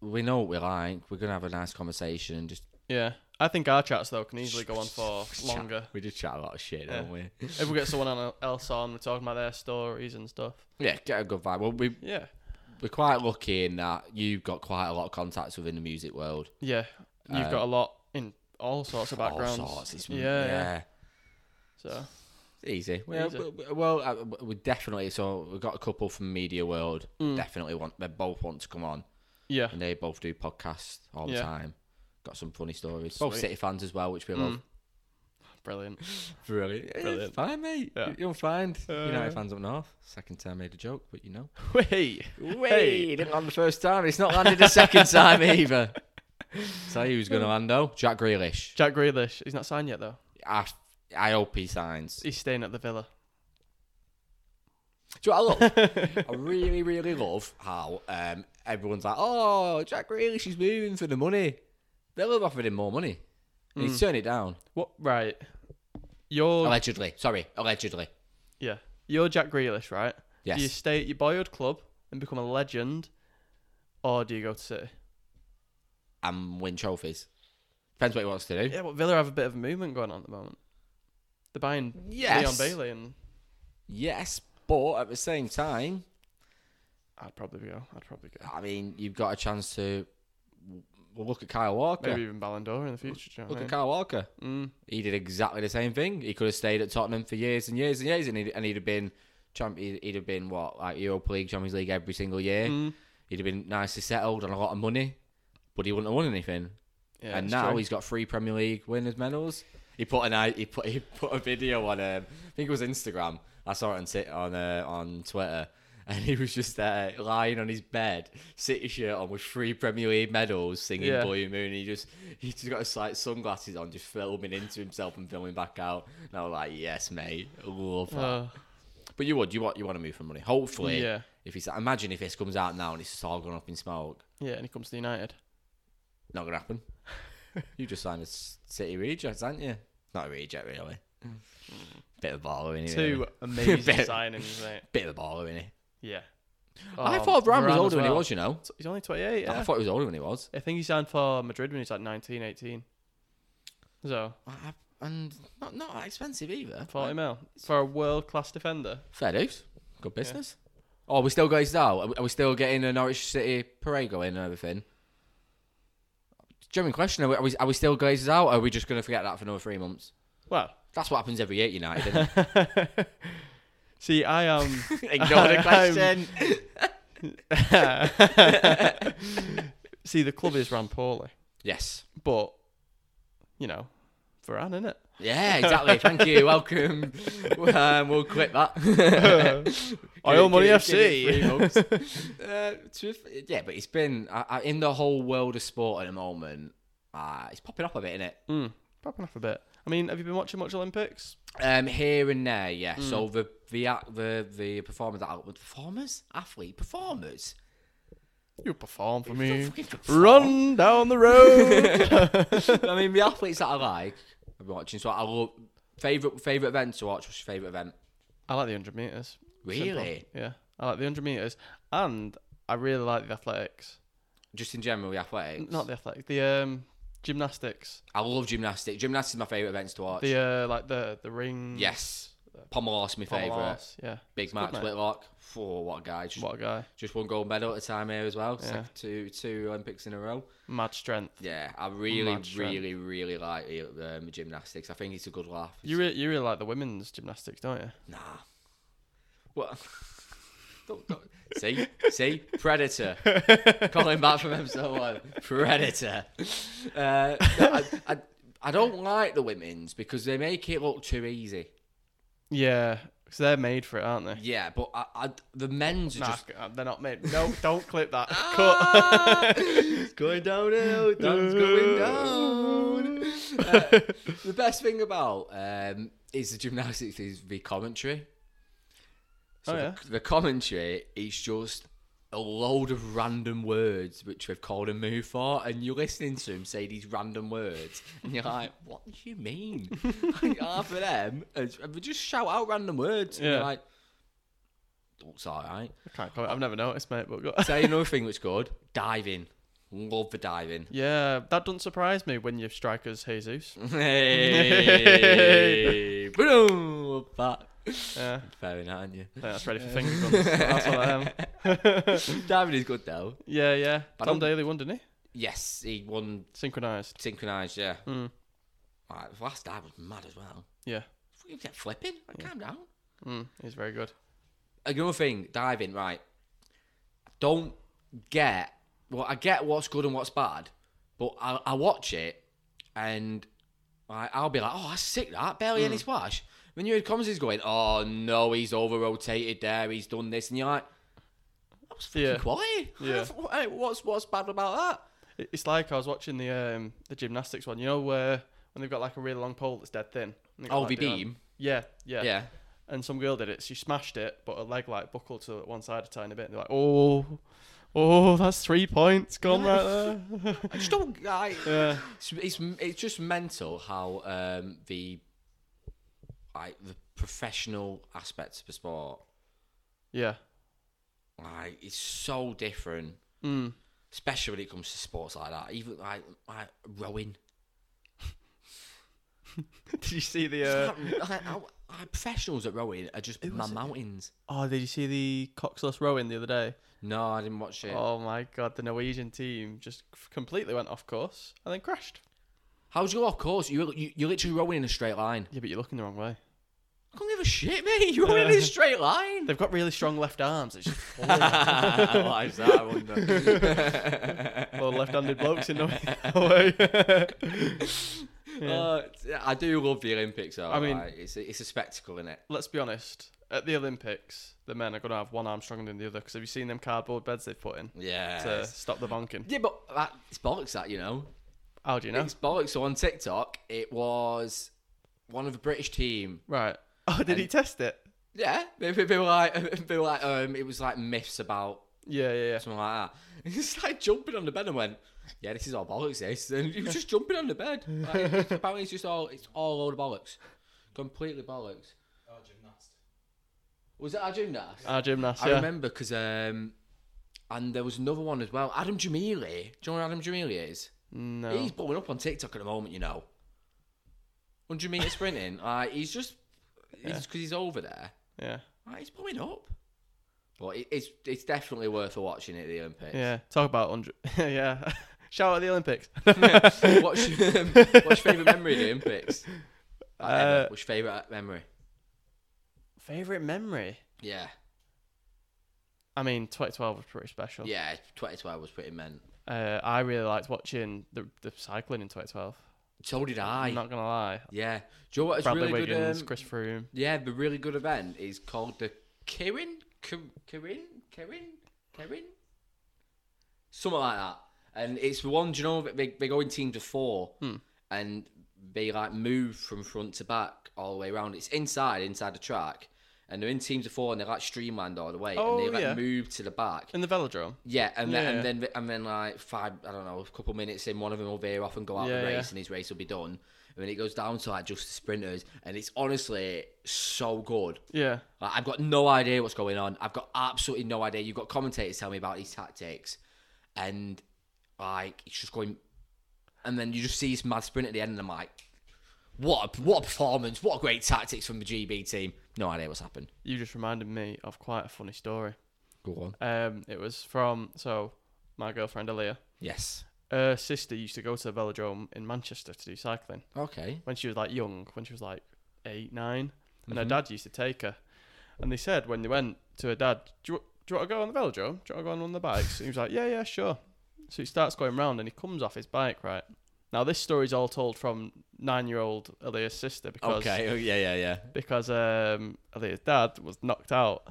[SPEAKER 1] we know what we like. We're going to have a nice conversation and just
[SPEAKER 2] yeah. I think our chats though can easily go on for
[SPEAKER 1] chat.
[SPEAKER 2] longer.
[SPEAKER 1] We just chat a lot of shit,
[SPEAKER 2] Yeah.
[SPEAKER 1] don't we?
[SPEAKER 2] if we get someone on- else on, we're talking about their stories and stuff.
[SPEAKER 1] Yeah, get a good vibe. Well, we
[SPEAKER 2] Yeah,
[SPEAKER 1] we're quite lucky in that you've got quite a lot of contacts within the music world.
[SPEAKER 2] yeah. You've got a lot in all sorts of backgrounds.
[SPEAKER 1] Um, All sorts. It's,
[SPEAKER 2] yeah,
[SPEAKER 1] yeah,
[SPEAKER 2] yeah. So
[SPEAKER 1] It's easy. Well,
[SPEAKER 2] Easy.
[SPEAKER 1] we- well, uh, we definitely. So we've got a couple from media world.
[SPEAKER 2] Mm.
[SPEAKER 1] Definitely want. They both want to come on.
[SPEAKER 2] yeah,
[SPEAKER 1] and they both do podcasts all the
[SPEAKER 2] Yeah.
[SPEAKER 1] time. Got some funny stories. Both
[SPEAKER 2] Sweet.
[SPEAKER 1] City fans as well, which we love.
[SPEAKER 2] Mm. brilliant.
[SPEAKER 1] Brilliant,
[SPEAKER 2] Brilliant.
[SPEAKER 1] fine, mate.
[SPEAKER 2] Yeah.
[SPEAKER 1] You'll find
[SPEAKER 2] Uh.
[SPEAKER 1] United fans up north. Second time made a joke, but you know,
[SPEAKER 2] Wait,
[SPEAKER 1] wait, didn't land the first time. It's not landed the second time either. Tell you who's going to land though, Jack Grealish.
[SPEAKER 2] Jack Grealish. He's not signed yet though.
[SPEAKER 1] I, I hope he signs.
[SPEAKER 2] He's staying at the Villa.
[SPEAKER 1] Do you know what I love? I really, really love how um, everyone's like, "Oh, Jack Grealish is moving for the money." They'll have offered him more money. And
[SPEAKER 2] Mm.
[SPEAKER 1] He's turned it down.
[SPEAKER 2] What? Right. You're
[SPEAKER 1] Allegedly, sorry, allegedly.
[SPEAKER 2] yeah. You're Jack Grealish, right?
[SPEAKER 1] Yes.
[SPEAKER 2] Do you stay at your boyhood club and become a legend, or do you go to City?
[SPEAKER 1] and win trophies. Depends what he wants to do.
[SPEAKER 2] Yeah, but Villa have a bit of a movement going on at the moment. They're buying
[SPEAKER 1] Yes.
[SPEAKER 2] Leon Bailey, and
[SPEAKER 1] Yes, but at the same time,
[SPEAKER 2] I'd probably go. I'd probably go.
[SPEAKER 1] I mean, you've got a chance to well, look at Kyle Walker.
[SPEAKER 2] Maybe even Ballon d'Or in the future. Do you know
[SPEAKER 1] Look
[SPEAKER 2] what I
[SPEAKER 1] at Kyle Walker.
[SPEAKER 2] mean? Mm,
[SPEAKER 1] He did exactly the same thing. He could have stayed at Tottenham for years and years and years, and he'd, and he'd have been champ. He'd, he'd have been what like Europa League, Champions League every single year.
[SPEAKER 2] Mm. Mm.
[SPEAKER 1] He'd have been nicely settled on a lot of money, but he wouldn't have won anything.
[SPEAKER 2] Yeah,
[SPEAKER 1] and
[SPEAKER 2] it's
[SPEAKER 1] now
[SPEAKER 2] true.
[SPEAKER 1] he's got three Premier League winners medals. He put an he put he put a video on um, I think it was Instagram. I saw it on Ti- on uh, on Twitter, and he was just uh, lying on his bed, City shirt on, with three Premier League medals, singing
[SPEAKER 2] Yeah.
[SPEAKER 1] Blue Moon. He just he just got his like sunglasses on, just filming into himself and filming back out. And I was like, yes, mate, love that.
[SPEAKER 2] Uh,
[SPEAKER 1] but you would you want you want to move for money? Hopefully,
[SPEAKER 2] yeah,
[SPEAKER 1] if he's imagine if this comes out now and it's just all gone up in smoke,
[SPEAKER 2] yeah, and he comes to United.
[SPEAKER 1] not gonna happen. you just signed a s- City reject, aren't you? Not a reject, really. Bit of a baller in
[SPEAKER 2] Two amazing
[SPEAKER 1] Bit-
[SPEAKER 2] signings, mate.
[SPEAKER 1] Bit of a baller in it.
[SPEAKER 2] Yeah.
[SPEAKER 1] I
[SPEAKER 2] Um,
[SPEAKER 1] thought Brown was
[SPEAKER 2] Varane as
[SPEAKER 1] older than he
[SPEAKER 2] well.
[SPEAKER 1] was. You know,
[SPEAKER 2] So He's only 28. Yeah.
[SPEAKER 1] I thought he was older than he was.
[SPEAKER 2] I think he signed for Madrid when he's like 19, 18. So
[SPEAKER 1] I- And not not that expensive either.
[SPEAKER 2] 40
[SPEAKER 1] Like,
[SPEAKER 2] mil for a world class defender.
[SPEAKER 1] Fair dues. Good business. Oh, we still guys now. Are we- are we still getting a Norwich City parade going and everything? Genuine question: Are we, are we, are we still glazed out? Or are we just going to forget that for another three months?
[SPEAKER 2] Well,
[SPEAKER 1] That's what happens every year at United. Isn't
[SPEAKER 2] see, I um, am.
[SPEAKER 1] it? Ignore the question.
[SPEAKER 2] see, the club is ran poorly,
[SPEAKER 1] yes.
[SPEAKER 2] but you know, Varane, innit? it?
[SPEAKER 1] Yeah, exactly. Thank you. Welcome. Um, we'll quit that.
[SPEAKER 2] Oil Money Hmm.
[SPEAKER 1] Give it- give it
[SPEAKER 2] FC.
[SPEAKER 1] three months. uh, truth- yeah, but it's been I, I, in the whole world of sport at the moment. Uh, it's popping up a bit, isn't it?
[SPEAKER 2] Mm, popping off a bit. I mean, have you been watching much Olympics?
[SPEAKER 1] Um, here and there, yeah.
[SPEAKER 2] Hmm.
[SPEAKER 1] So the the ac- the the performers that are- performers, athlete performers
[SPEAKER 2] You perform for me.
[SPEAKER 1] Fucking perform.
[SPEAKER 2] Run down the road.
[SPEAKER 1] I mean, the athletes that I like, I'm watching. So I love favorite favorite event to watch. What's your favorite event?
[SPEAKER 2] I like the 100 meters. Simple.
[SPEAKER 1] Really?
[SPEAKER 2] Yeah. I like the 100 meters. And I really like the athletics.
[SPEAKER 1] Just in general, the athletics.
[SPEAKER 2] Not the athletics, the um, gymnastics.
[SPEAKER 1] I love gymnastics. Gymnastics is my favorite events to watch.
[SPEAKER 2] The uh, like the the ring.
[SPEAKER 1] yes, Pomos my
[SPEAKER 2] Tom
[SPEAKER 1] favorite.
[SPEAKER 2] Lars, Yeah.
[SPEAKER 1] Big
[SPEAKER 2] It's good,
[SPEAKER 1] Max
[SPEAKER 2] mate.
[SPEAKER 1] Whitlock. Oh, what a guy! Just,
[SPEAKER 2] What a guy.
[SPEAKER 1] just one gold medal at a time here as well.
[SPEAKER 2] Yeah.
[SPEAKER 1] Sec- two two Olympics in a row.
[SPEAKER 2] Mad strength.
[SPEAKER 1] Yeah, I really,
[SPEAKER 2] Mad strength.
[SPEAKER 1] really, really like um, gymnastics. I think it's a good laugh.
[SPEAKER 2] You
[SPEAKER 1] It's-
[SPEAKER 2] re- you really like the women's gymnastics, don't you?
[SPEAKER 1] Nah. What? Don't- don't- See, see, predator. Calling back from episode one, predator. Uh, I, I, I don't like the women's because they make it look too easy.
[SPEAKER 2] Yeah, because they're made for it, aren't they?
[SPEAKER 1] Yeah, but I, I, the men's are
[SPEAKER 2] Nah,
[SPEAKER 1] just
[SPEAKER 2] c- Uh, they're not made. No, don't clip that.
[SPEAKER 1] Ah, it's going downhill. Dan's going down. Uh, the best thing about um, is the gymnastics is the commentary. So
[SPEAKER 2] Oh,
[SPEAKER 1] the-
[SPEAKER 2] yeah.
[SPEAKER 1] the, commentary is just a load of random words which they've called a move for, and you're listening to him say these random words, and you're like, "What do you mean?" like, half of them, and they just shout out random words, and you're
[SPEAKER 2] Yeah.
[SPEAKER 1] like, "Looks alright."
[SPEAKER 2] I can't comment. I've never noticed, mate. But go-
[SPEAKER 1] Tell you another thing that's good. Diving. Love the diving.
[SPEAKER 2] yeah, that doesn't surprise me when your striker's Jesus.
[SPEAKER 1] Hey. Boom. Love that.
[SPEAKER 2] Yeah,
[SPEAKER 1] Very nice, aren't you?
[SPEAKER 2] I think that's ready for finger guns. That's what I am.
[SPEAKER 1] diving is good though.
[SPEAKER 2] Yeah, yeah.
[SPEAKER 1] But
[SPEAKER 2] Tom
[SPEAKER 1] I'm-
[SPEAKER 2] Daly won, didn't he?
[SPEAKER 1] Yes, he won
[SPEAKER 2] Synchronized.
[SPEAKER 1] synchronised, yeah.
[SPEAKER 2] Mm.
[SPEAKER 1] Right, the last dive was mad as well.
[SPEAKER 2] Yeah.
[SPEAKER 1] You get flipping. Like, Calm down.
[SPEAKER 2] Mm, he's very good.
[SPEAKER 1] Another thing, diving, right. Don't get well, I get what's good and what's bad, but I, I watch it and I, I'll be like, oh, that's sick, that. Barely any splash. When you hear comments is going, oh, no, he's over rotated there, he's done this, and you're like, that was fucking
[SPEAKER 2] Yeah.
[SPEAKER 1] quiet.
[SPEAKER 2] Yeah.
[SPEAKER 1] Hey, what's, what's bad about that?
[SPEAKER 2] It- It's like I was watching the um, the gymnastics one. You know where when they've got like a really long pole that's dead thin. and they've got,
[SPEAKER 1] Oh,
[SPEAKER 2] like,
[SPEAKER 1] the
[SPEAKER 2] the arm-
[SPEAKER 1] beam.
[SPEAKER 2] Yeah, yeah,
[SPEAKER 1] Yeah.
[SPEAKER 2] And some girl did it. She smashed it, but her leg like buckled to one side a tiny bit. And they're like, oh, oh, that's three points gone right there.
[SPEAKER 1] I just don't. I,
[SPEAKER 2] yeah,
[SPEAKER 1] it's, it's it's just mental how um, the like the professional aspects of the sport
[SPEAKER 2] yeah.
[SPEAKER 1] like it's so different,
[SPEAKER 2] Mm.
[SPEAKER 1] especially when it comes to sports like that. Even like like rowing,
[SPEAKER 2] Did you see the? Uh,
[SPEAKER 1] Like, like, how- like, professionals at rowing are just man mountains.
[SPEAKER 2] oh, did you see the coxless rowing the other day?
[SPEAKER 1] No, I didn't watch it.
[SPEAKER 2] Oh my god, the Norwegian team just f- completely went off course and then crashed.
[SPEAKER 1] How'd you go off course? You, you you're literally rowing in a straight line.
[SPEAKER 2] Yeah, but you're looking the wrong way.
[SPEAKER 1] I can't give a shit, mate. You're rowing in a straight line.
[SPEAKER 2] They've got really strong left arms. It's just
[SPEAKER 1] Why is that? I wonder.
[SPEAKER 2] all left-handed blokes in Norway. Yeah.
[SPEAKER 1] Uh, I do love the Olympics. Though,
[SPEAKER 2] I mean-
[SPEAKER 1] like, it's a, it's a spectacle, isn't it?
[SPEAKER 2] Let's be honest. At the Olympics, the men are going to have one arm stronger than the other. Because have you seen them cardboard beds they've put in to
[SPEAKER 1] Yeah.
[SPEAKER 2] stop the bonking?
[SPEAKER 1] Yeah, but that, it's bollocks. That you know,
[SPEAKER 2] How do you know?
[SPEAKER 1] it's bollocks. So on TikTok, it was one of the British team.
[SPEAKER 2] Right. Oh, did he
[SPEAKER 1] And-
[SPEAKER 2] test it?
[SPEAKER 1] Yeah, they, they they were like, they were like, um, it was like myths about
[SPEAKER 2] Yeah, yeah, yeah.
[SPEAKER 1] something like that. He started jumping on the bed and went, "Yeah, this is all bollocks." This, and he was just jumping on the bed. Like, it's- apparently, it's just all it's all load of bollocks, completely bollocks. Oh, gymnast. Was it our gymnast?
[SPEAKER 2] Our gymnast.
[SPEAKER 1] I
[SPEAKER 2] yeah.
[SPEAKER 1] remember because um, and there was another one as well. Adam Jamili. Do you know who Adam Jamili is?
[SPEAKER 2] No.
[SPEAKER 1] He's blowing up on TikTok at the moment. You know, hundred meter sprinting. Uh, he's just because he's over there.
[SPEAKER 2] Yeah.
[SPEAKER 1] Like, he's blowing up. But it, it's it's definitely worth watching at the Olympics.
[SPEAKER 2] Yeah. Talk about hundred. yeah. Shout out the Olympics.
[SPEAKER 1] what's, your, um, what's your favourite memory of the Olympics? Like, ever.
[SPEAKER 2] Uh,
[SPEAKER 1] what's your favourite memory?
[SPEAKER 2] Favorite memory.
[SPEAKER 1] Yeah,
[SPEAKER 2] I mean, 2012 was pretty special.
[SPEAKER 1] yeah. 2012 was pretty meant.
[SPEAKER 2] Uh, I really liked watching the the cycling in 2012.
[SPEAKER 1] So did I.
[SPEAKER 2] I'm not gonna lie.
[SPEAKER 1] yeah. Do you know what? It's
[SPEAKER 2] Bradley
[SPEAKER 1] really
[SPEAKER 2] Wiggins,
[SPEAKER 1] good. Um,
[SPEAKER 2] Chris Froome.
[SPEAKER 1] Yeah, the really good event is called the Kirin, Ki- Kirin, Kirin, Kirin, something like that. And it's the one, do you know, that they, they go in teams of four
[SPEAKER 2] Hmm.
[SPEAKER 1] and they like move from front to back all the way around. It's inside, inside the track, and they're in teams of four and they're like streamlined all the way
[SPEAKER 2] Oh,
[SPEAKER 1] and they like
[SPEAKER 2] yeah.
[SPEAKER 1] move to the back.
[SPEAKER 2] in the velodrome.
[SPEAKER 1] Yeah, and
[SPEAKER 2] Yeah,
[SPEAKER 1] then and then and then like five, I don't know, a couple minutes in, one of them will veer off and go out
[SPEAKER 2] Yeah,
[SPEAKER 1] the race,
[SPEAKER 2] yeah.
[SPEAKER 1] and his race will be done. And then it goes down to like just the sprinters, and it's honestly so good.
[SPEAKER 2] Yeah,
[SPEAKER 1] Like, I've got no idea what's going on. I've got absolutely no idea. You've got commentators telling me about these tactics, and like it's just going. And then you just see this mad sprint at the end, and I'm like, what a, what a performance! What a great tactics from the GB team. No idea what's happened.
[SPEAKER 2] you just reminded me of quite a funny story.
[SPEAKER 1] Go on.
[SPEAKER 2] Um, it was from so my girlfriend Aaliyah.
[SPEAKER 1] Yes.
[SPEAKER 2] Her sister used to go to the velodrome in Manchester to do cycling
[SPEAKER 1] Okay.
[SPEAKER 2] when she was like young, when she was like eight, nine, and her
[SPEAKER 1] Mhm.
[SPEAKER 2] dad used to take her. And they said when they went to her dad, do you, do you want to go on the velodrome? Do you want to go on one of the bikes? And he was like, yeah, yeah, sure. So he starts going round and he comes off his bike, right? Now this story's all told from nine-year-old Aaliyah's sister because
[SPEAKER 1] Okay. Oh, yeah. Yeah. Yeah.
[SPEAKER 2] because um, Aaliyah's dad was knocked out.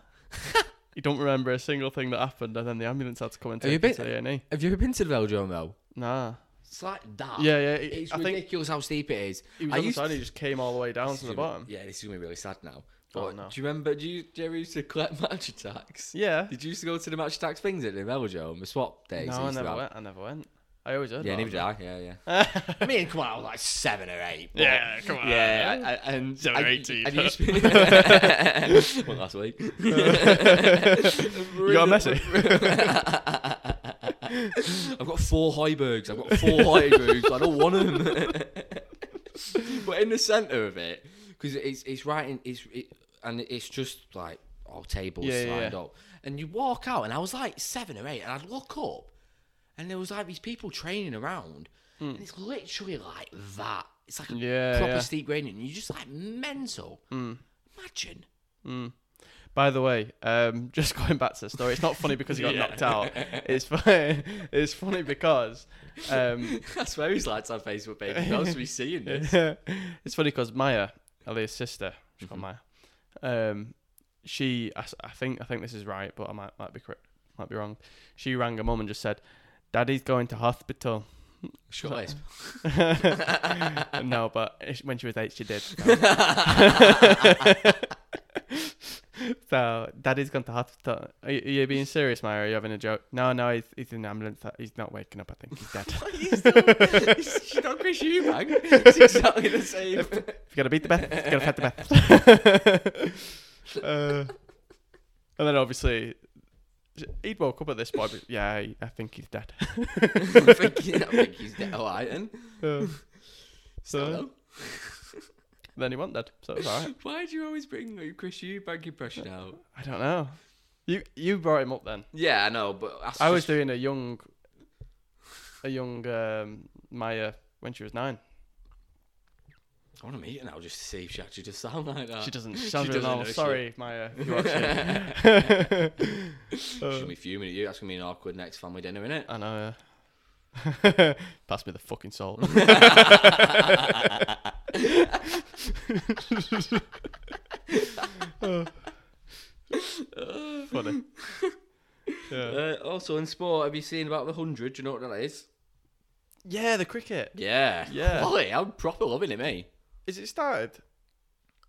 [SPEAKER 2] he don't remember a single thing that happened, and then the ambulance had to come and
[SPEAKER 1] Are you
[SPEAKER 2] take him
[SPEAKER 1] a
[SPEAKER 2] to
[SPEAKER 1] bit-
[SPEAKER 2] A&E.
[SPEAKER 1] Have you ever been to the Velodrome though?
[SPEAKER 2] Nah.
[SPEAKER 1] It's like that.
[SPEAKER 2] Yeah, yeah. he-
[SPEAKER 1] Ah, It's
[SPEAKER 2] I think
[SPEAKER 1] ridiculous how steep it is.
[SPEAKER 2] he was
[SPEAKER 1] I
[SPEAKER 2] on the
[SPEAKER 1] used
[SPEAKER 2] side. He just came all the way down
[SPEAKER 1] This
[SPEAKER 2] to
[SPEAKER 1] is
[SPEAKER 2] the
[SPEAKER 1] gonna-
[SPEAKER 2] bottom.
[SPEAKER 1] Yeah, this is gonna be really sad now. But
[SPEAKER 2] Oh, no.
[SPEAKER 1] do you remember? Do you, do you ever used to collect match attacks?
[SPEAKER 2] Yeah.
[SPEAKER 1] Did you used to go to the match attacks things at the Velodrome, the swap days?
[SPEAKER 2] No,
[SPEAKER 1] they
[SPEAKER 2] I
[SPEAKER 1] used to
[SPEAKER 2] never
[SPEAKER 1] have?
[SPEAKER 2] went. I never went. I always heard.
[SPEAKER 1] Yeah, neither
[SPEAKER 2] about
[SPEAKER 1] did I. Yeah, yeah.
[SPEAKER 2] it.
[SPEAKER 1] Me and Kamal were like seven or eight. but-
[SPEAKER 2] yeah, come on.
[SPEAKER 1] Yeah, I, I, and
[SPEAKER 2] Seven or
[SPEAKER 1] I-
[SPEAKER 2] eight teeth.
[SPEAKER 1] and you sp- well, last week. you
[SPEAKER 2] got a message?
[SPEAKER 1] I've got four Heibergs. I've got four Heibergs. I don't want them. but in the centre of it, because it's it's right in it's it, and it's just like all tables
[SPEAKER 2] Yeah, yeah,
[SPEAKER 1] lined
[SPEAKER 2] yeah.
[SPEAKER 1] up, and you walk out, and I was like seven or eight, and I'd look up, and there was like these people training around, and it's literally like that. It's like a
[SPEAKER 2] Hmm. Yeah, Hmm.
[SPEAKER 1] proper
[SPEAKER 2] yeah.
[SPEAKER 1] steep gradient. and You're just like mental. Imagine.
[SPEAKER 2] By the way, um, just going back to the story, it's not funny because he got
[SPEAKER 1] Yeah.
[SPEAKER 2] knocked out. It's funny. It's funny because um,
[SPEAKER 1] That's where his lads on Facebook, baby. Who else are we seeing this?
[SPEAKER 2] it's funny because Maya, Elia's sister, she's called Maya. Um, she, I, s- I think, I think this is right, but I might might be correct, might be wrong. She rang her mum and just said, "Daddy's going to hospital."
[SPEAKER 1] Shut up.
[SPEAKER 2] no, but if- when she was eight, she did. So, So, daddy's gone to hospital. Are you, are you being serious, Maya? Are you having a joke? No, no, he's, he's in the ambulance. He's not waking up. I think he's dead.
[SPEAKER 1] He's still, he's, she's not Chris Eubank. It's exactly the same.
[SPEAKER 2] If you gotta beat the best, you gotta fight the best. uh, and then obviously, he'd woke up at this point. But yeah, I, I think he's dead.
[SPEAKER 1] I think, he- I think he's dead. All right, then.
[SPEAKER 2] Uh,
[SPEAKER 1] Hello.
[SPEAKER 2] so then he wasn't dead, so it's alright.
[SPEAKER 1] Why do you always bring like, Chris Eubank impression out?
[SPEAKER 2] I don't know. You you brought him up then.
[SPEAKER 1] Yeah, I know, but that's
[SPEAKER 2] I was
[SPEAKER 1] just-
[SPEAKER 2] doing a young, a young um, Maya when she was nine.
[SPEAKER 1] I want to meet her now just to see if she actually does sound like that.
[SPEAKER 2] She doesn't. Uh, She sounds really
[SPEAKER 1] doesn't,
[SPEAKER 2] normal.
[SPEAKER 1] does she?
[SPEAKER 2] Sorry, Maya. if You're watching.
[SPEAKER 1] She's gonna be fuming at you. That's gonna be an awkward next family dinner, isn't it?
[SPEAKER 2] I know. Yeah. Pass me the fucking salt. Uh, Funny. Yeah.
[SPEAKER 1] Uh, also in sport, have you seen about the hundred? Do you know what that is?
[SPEAKER 2] yeah, the cricket.
[SPEAKER 1] Yeah,
[SPEAKER 2] Yeah.
[SPEAKER 1] Quality, I'm proper loving it, me.
[SPEAKER 2] Is it started?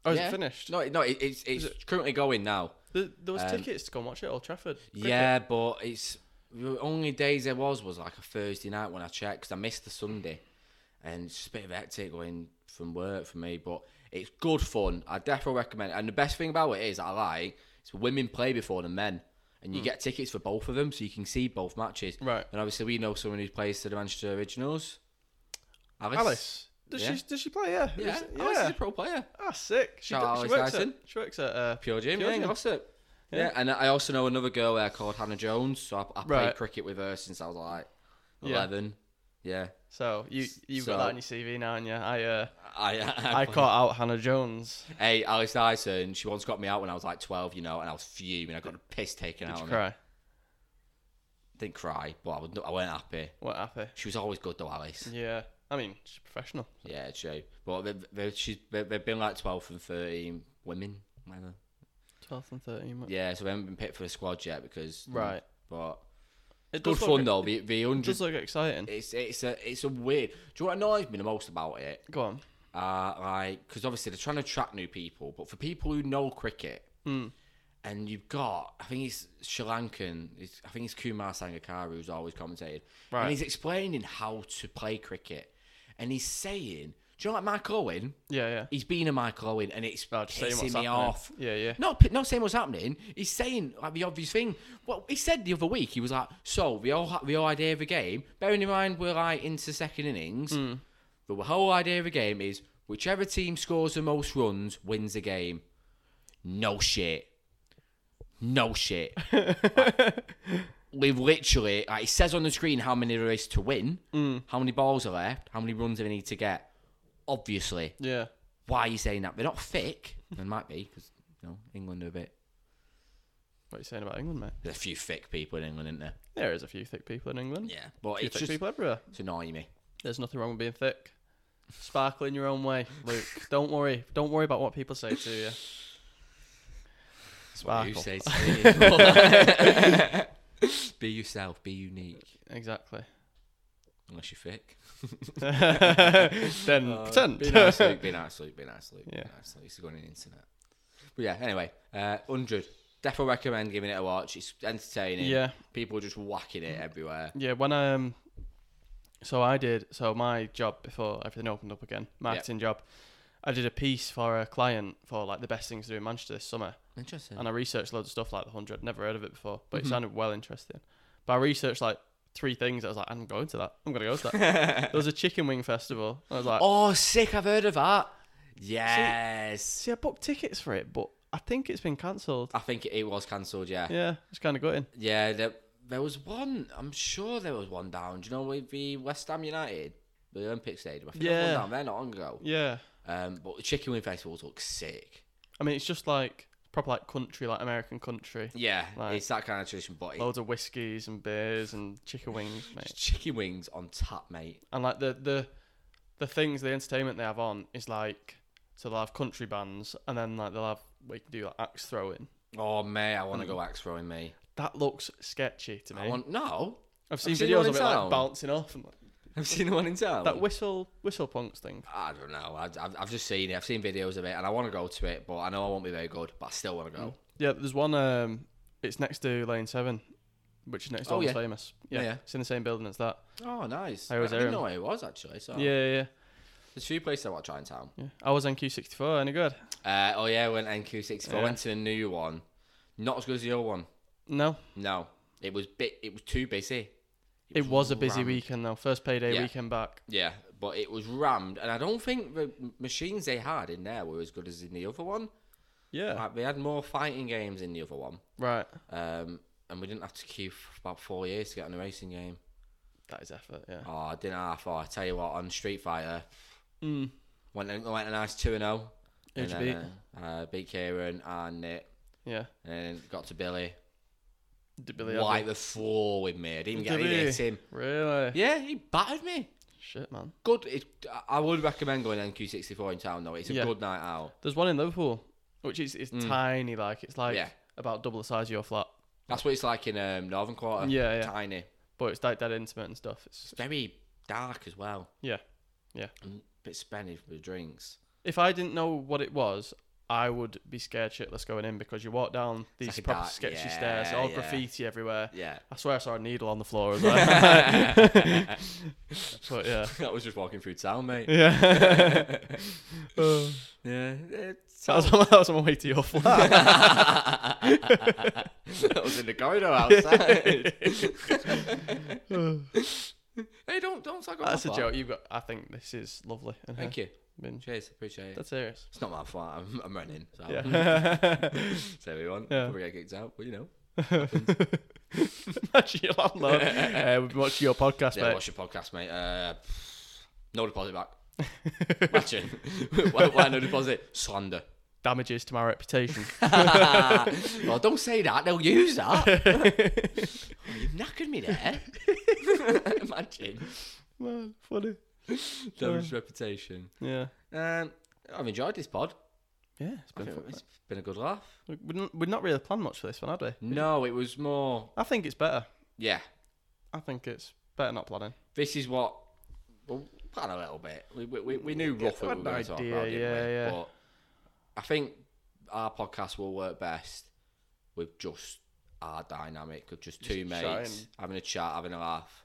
[SPEAKER 2] Or is
[SPEAKER 1] Yeah.
[SPEAKER 2] it finished?
[SPEAKER 1] No, it- no, it, it's it's currently going now.
[SPEAKER 2] There, there was
[SPEAKER 1] Um,
[SPEAKER 2] tickets to go and watch it at Old Trafford. Cricket.
[SPEAKER 1] Yeah, but it's the only days there was was like a Thursday night when I checked because I missed the Sunday, and it's just a bit of hectic going from work for me. But it's good fun. I definitely recommend it. And the best thing about it is I like it's women play before the men, and you
[SPEAKER 2] Hmm.
[SPEAKER 1] get tickets for both of them, so you can see both matches.
[SPEAKER 2] Right.
[SPEAKER 1] And obviously, we know someone who plays to the Manchester Originals. Alice.
[SPEAKER 2] Alice. Does
[SPEAKER 1] Yeah.
[SPEAKER 2] she does she play? Yeah.
[SPEAKER 1] Yeah,
[SPEAKER 2] Is-
[SPEAKER 1] Alice is
[SPEAKER 2] yeah.
[SPEAKER 1] a pro player.
[SPEAKER 2] Ah, sick. She,
[SPEAKER 1] Shout out
[SPEAKER 2] do- she
[SPEAKER 1] Alice
[SPEAKER 2] works at
[SPEAKER 1] Dyson.
[SPEAKER 2] she works at uh,
[SPEAKER 1] Pure gym,
[SPEAKER 2] Pure
[SPEAKER 1] yeah,
[SPEAKER 2] gym.
[SPEAKER 1] gossip. Yeah. and I also know another girl there called Hannah Jones. So I, I played
[SPEAKER 2] Right.
[SPEAKER 1] cricket with her since I was like
[SPEAKER 2] Yeah.
[SPEAKER 1] eleven. Yeah,
[SPEAKER 2] So you you've got
[SPEAKER 1] So-
[SPEAKER 2] that on your CV now, and yeah, I uh,
[SPEAKER 1] I I,
[SPEAKER 2] I
[SPEAKER 1] played-
[SPEAKER 2] caught out Hannah Jones.
[SPEAKER 1] Hey, Alice Dyson. She once got me out when I was like twelve, you know, and I was fuming. I got a piss taken out.
[SPEAKER 2] Did you
[SPEAKER 1] of me.
[SPEAKER 2] cry?
[SPEAKER 1] Didn't cry, but I was I weren't happy.
[SPEAKER 2] What happy?
[SPEAKER 1] She was always good though, Alice.
[SPEAKER 2] Yeah. I mean, she's professional.
[SPEAKER 1] Yeah, true. But they, they, she's they, they've been like twelve and thirteen women. Whatever.
[SPEAKER 2] 12 and 13. what-
[SPEAKER 1] Yeah, so we haven't been picked for the squad yet because
[SPEAKER 2] Right.
[SPEAKER 1] But
[SPEAKER 2] It
[SPEAKER 1] good
[SPEAKER 2] does
[SPEAKER 1] fun
[SPEAKER 2] look,
[SPEAKER 1] though. The the
[SPEAKER 2] It
[SPEAKER 1] hundred
[SPEAKER 2] does look exciting.
[SPEAKER 1] It's it's a it's a weird. Do you know what annoys me the most about it?
[SPEAKER 2] Go on.
[SPEAKER 1] Uh, like because obviously they're trying to attract new people, but for people who know cricket,
[SPEAKER 2] Mm.
[SPEAKER 1] and you've got I think he's Sri Lankan. He's, I think it's Kumar Sangakkara who's always commentating,
[SPEAKER 2] Right.
[SPEAKER 1] and he's explaining how to play cricket, and he's saying, "Do you know like Mike Owen?
[SPEAKER 2] Yeah, yeah.
[SPEAKER 1] He's been a Mike Owen, and it's
[SPEAKER 2] Oh, just saying
[SPEAKER 1] pissing me
[SPEAKER 2] what's happening.
[SPEAKER 1] off."
[SPEAKER 2] Yeah, yeah.
[SPEAKER 1] No, p- not saying what's happening. He's saying like the obvious thing. Well, he said the other week he was like, "So the whole the whole idea of the game, bearing in mind we're like into second innings, the whole idea of the game is whichever team scores the most runs wins the game." No shit. No shit. we literally, like, it says on the screen how many there is to win, how many balls are left, how many runs they need to get. Obviously,
[SPEAKER 2] Yeah.
[SPEAKER 1] why are you saying that? They're not thick. They might be because you know England are a bit.
[SPEAKER 2] What are you saying about England, mate?
[SPEAKER 1] There's a few thick people in England, isn't there?
[SPEAKER 2] There is a few thick people in England.
[SPEAKER 1] Yeah, but
[SPEAKER 2] few
[SPEAKER 1] it's
[SPEAKER 2] thick
[SPEAKER 1] just
[SPEAKER 2] people everywhere.
[SPEAKER 1] it's annoying me.
[SPEAKER 2] There's nothing wrong with being thick. Sparkle in your own way, Luke. Don't worry. Don't worry about what people say to you.
[SPEAKER 1] That's what you
[SPEAKER 2] Sparkle.
[SPEAKER 1] say to me. be yourself. Be unique.
[SPEAKER 2] Exactly.
[SPEAKER 1] Unless you're thick.
[SPEAKER 2] then pretend.
[SPEAKER 1] Oh, Uh, Be nice, Luke. Be nice, Luke. Be nice, Luke.
[SPEAKER 2] Yeah.
[SPEAKER 1] Be nice, Luke. This is going on the internet. But yeah, anyway, uh, 100. Definitely recommend giving it a watch. It's entertaining.
[SPEAKER 2] yeah.
[SPEAKER 1] People are just whacking it everywhere.
[SPEAKER 2] Yeah, when um, so I did so my job before everything opened up again, marketing job. I did a piece for a client for like the best things to do in Manchester this summer,
[SPEAKER 1] Interesting.
[SPEAKER 2] and I researched loads of stuff like the hundred. Never heard of it before, but
[SPEAKER 1] Mm-hmm.
[SPEAKER 2] it sounded well interesting. But I researched like three things. I was like, I'm going to that. I'm gonna go to that. there was a chicken wing festival. I was like,
[SPEAKER 1] Oh, sick. I've heard of that. Yes.
[SPEAKER 2] see, I booked tickets for it, but I think it's been cancelled.
[SPEAKER 1] I think it was cancelled, yeah. Yeah,
[SPEAKER 2] Yeah, it's kind of gutting.
[SPEAKER 1] there, there was one. I'm sure there was one down. Do you know with the West Ham United? The Olympic Stadium. I think there was one
[SPEAKER 2] Yeah.
[SPEAKER 1] down there not long ago.
[SPEAKER 2] Yeah,
[SPEAKER 1] Um, but the Chicken Wing Festivals look sick.
[SPEAKER 2] I mean, it's just like proper like country, like American country.
[SPEAKER 1] Yeah,
[SPEAKER 2] Right.
[SPEAKER 1] it's that kind of tradition, but it,
[SPEAKER 2] Loads of whiskies and beers and chicken wings, mate.
[SPEAKER 1] chicken wings on tap, mate.
[SPEAKER 2] and like the the the things the entertainment they have on is like so they'll have country bands and then like they'll have we can do like axe throwing
[SPEAKER 1] Oh, mate, I want
[SPEAKER 2] Mm.
[SPEAKER 1] to go axe throwing, me.
[SPEAKER 2] that looks sketchy to me
[SPEAKER 1] I want no.
[SPEAKER 2] i've seen
[SPEAKER 1] I've seen it
[SPEAKER 2] videos
[SPEAKER 1] on
[SPEAKER 2] of it
[SPEAKER 1] town. Oh.
[SPEAKER 2] like bouncing off and like,
[SPEAKER 1] I've seen the one in town.
[SPEAKER 2] that whistle whistle punks thing
[SPEAKER 1] I don't know. I, I've, I've just seen it. I've seen videos of it, and I want to go to it, but I know I won't be very good. But I still want to go.
[SPEAKER 2] yeah there's one um it's next to lane seven which is next to
[SPEAKER 1] Oh,
[SPEAKER 2] Almost
[SPEAKER 1] yeah.
[SPEAKER 2] famous
[SPEAKER 1] Yeah,
[SPEAKER 2] yeah,
[SPEAKER 1] yeah.
[SPEAKER 2] it's in the same building as that
[SPEAKER 1] Oh, nice.
[SPEAKER 2] I always
[SPEAKER 1] I
[SPEAKER 2] hear
[SPEAKER 1] didn't
[SPEAKER 2] 'em.
[SPEAKER 1] know where it was actually. So
[SPEAKER 2] yeah, yeah yeah
[SPEAKER 1] there's a few places I want to try in town.
[SPEAKER 2] yeah i was on q64 any good
[SPEAKER 1] Uh, oh yeah, I went NQ64.
[SPEAKER 2] Yeah.
[SPEAKER 1] Went to a new one. Not as good as the old one.
[SPEAKER 2] no
[SPEAKER 1] No, it was bit. It was too busy.
[SPEAKER 2] it was a busy
[SPEAKER 1] rammed.
[SPEAKER 2] weekend though first payday
[SPEAKER 1] Yeah.
[SPEAKER 2] weekend back
[SPEAKER 1] Yeah, but it was rammed, and I don't think the m- machines they had in there were as good as in the other one.
[SPEAKER 2] yeah
[SPEAKER 1] Like, they had more fighting games in the other one,
[SPEAKER 2] right
[SPEAKER 1] um, and we didn't have to queue for about four years to get on a racing game.
[SPEAKER 2] that is effort yeah
[SPEAKER 1] Oh, I didn't half. Oh, I tell you what, on Street Fighter,
[SPEAKER 2] mm.
[SPEAKER 1] went went a nice two and zero.
[SPEAKER 2] Who'd you
[SPEAKER 1] And
[SPEAKER 2] beat
[SPEAKER 1] then, Uh, uh, beat Kieran and Nick,
[SPEAKER 2] yeah
[SPEAKER 1] and then got to Billy.
[SPEAKER 2] Did Billy
[SPEAKER 1] Billy
[SPEAKER 2] have
[SPEAKER 1] Wipe
[SPEAKER 2] it?
[SPEAKER 1] the floor with me. I didn't get
[SPEAKER 2] Did
[SPEAKER 1] any
[SPEAKER 2] he?
[SPEAKER 1] hit him.
[SPEAKER 2] Really?
[SPEAKER 1] Yeah, he battered me.
[SPEAKER 2] Shit, man.
[SPEAKER 1] Good. It, I would recommend going NQ64 in town though. It's a
[SPEAKER 2] Yeah.
[SPEAKER 1] good night out.
[SPEAKER 2] There's one in Liverpool, which is it's tiny, like it's like
[SPEAKER 1] Mm. Yeah.
[SPEAKER 2] about double the size of your flat,
[SPEAKER 1] That's what it's like in um, Northern Quarter.
[SPEAKER 2] Yeah, yeah.
[SPEAKER 1] Tiny.
[SPEAKER 2] but it's like dead intimate and stuff. It's
[SPEAKER 1] It's very dark as well.
[SPEAKER 2] yeah, yeah.
[SPEAKER 1] And a bit spenny for the drinks.
[SPEAKER 2] If I didn't know what it was, I would be scared shitless going in because you walk down these
[SPEAKER 1] like a
[SPEAKER 2] proper
[SPEAKER 1] dark- yeah,
[SPEAKER 2] sketchy stairs, all
[SPEAKER 1] yeah.
[SPEAKER 2] graffiti everywhere.
[SPEAKER 1] Yeah.
[SPEAKER 2] I swear I saw a needle on the floor as well. but yeah,
[SPEAKER 1] I was just walking through town, mate.
[SPEAKER 2] yeah. Uh,
[SPEAKER 1] Yeah. It's
[SPEAKER 2] that, was on, that was on my way to your flat.
[SPEAKER 1] that was in the corridor outside. hey, don't don't talk about
[SPEAKER 2] That's a joke. You've got. I think this is lovely. in
[SPEAKER 1] Thank
[SPEAKER 2] here.
[SPEAKER 1] you.
[SPEAKER 2] Been-
[SPEAKER 1] Cheers, appreciate it.
[SPEAKER 2] That's serious.
[SPEAKER 1] It's not my fault. I'm, I'm running. So
[SPEAKER 2] Yeah.
[SPEAKER 1] say what you want.
[SPEAKER 2] Yeah.
[SPEAKER 1] Probably get kicked out, but you know.
[SPEAKER 2] Imagine your landlord. Uh, we've been watching your podcast,
[SPEAKER 1] Yeah,
[SPEAKER 2] mate.
[SPEAKER 1] watch your podcast, mate. Uh, no deposit back. Imagine. why, why no deposit? Slander.
[SPEAKER 2] Damages to my reputation.
[SPEAKER 1] well, don't say that. They'll use that. oh, you've knackered me there. Imagine.
[SPEAKER 2] Man, funny.
[SPEAKER 1] Damaged reputation.
[SPEAKER 2] Yeah.
[SPEAKER 1] Um, I've enjoyed this pod.
[SPEAKER 2] Yeah, it's
[SPEAKER 1] I
[SPEAKER 2] been
[SPEAKER 1] think
[SPEAKER 2] fun.
[SPEAKER 1] It's been a good laugh.
[SPEAKER 2] We- We'd not, we'd not really planned much for this one, had we?
[SPEAKER 1] No, it was more.
[SPEAKER 2] I think it's better.
[SPEAKER 1] Yeah,
[SPEAKER 2] I think it's better not planning.
[SPEAKER 1] this is what. Well, plan a little bit. We we, we, we knew roughly what
[SPEAKER 2] had
[SPEAKER 1] we were
[SPEAKER 2] an
[SPEAKER 1] going to talk
[SPEAKER 2] idea,
[SPEAKER 1] about, didn't we?
[SPEAKER 2] yeah, yeah.
[SPEAKER 1] But I think our podcast will work best with just our dynamic of just two
[SPEAKER 2] Just chatting.
[SPEAKER 1] mates having a chat, having a laugh.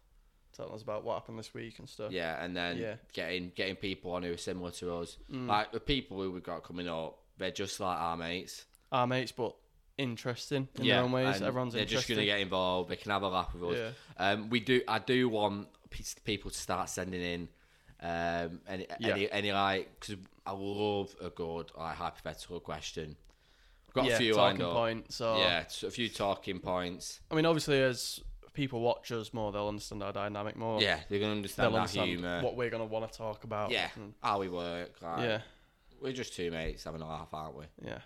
[SPEAKER 2] Telling us about what happened this week and stuff.
[SPEAKER 1] Yeah, and then
[SPEAKER 2] Yeah. Mm.
[SPEAKER 1] getting getting people on who are similar to us. Like the people who we've got coming up, they're just like our mates.
[SPEAKER 2] Our mates, but interesting in their own ways.
[SPEAKER 1] and
[SPEAKER 2] Everyone's
[SPEAKER 1] they're just
[SPEAKER 2] interesting.
[SPEAKER 1] going to get involved. They can have a laugh with us. Um, we do. I do want pe- people to start sending in um, any,
[SPEAKER 2] Yeah.
[SPEAKER 1] any any like because I love a good like hypothetical question. Got
[SPEAKER 2] yeah,
[SPEAKER 1] a few lined
[SPEAKER 2] talking
[SPEAKER 1] up.
[SPEAKER 2] point. So
[SPEAKER 1] Yeah, so a few talking points.
[SPEAKER 2] I mean, obviously, as people watch us more, they'll understand our dynamic more.
[SPEAKER 1] Yeah, they're gonna understand
[SPEAKER 2] they'll
[SPEAKER 1] our
[SPEAKER 2] understand
[SPEAKER 1] humour.
[SPEAKER 2] what we're gonna want to talk about.
[SPEAKER 1] yeah,
[SPEAKER 2] and-
[SPEAKER 1] how we work. Like,
[SPEAKER 2] yeah,
[SPEAKER 1] we're just two mates having a laugh, aren't we?
[SPEAKER 2] yeah.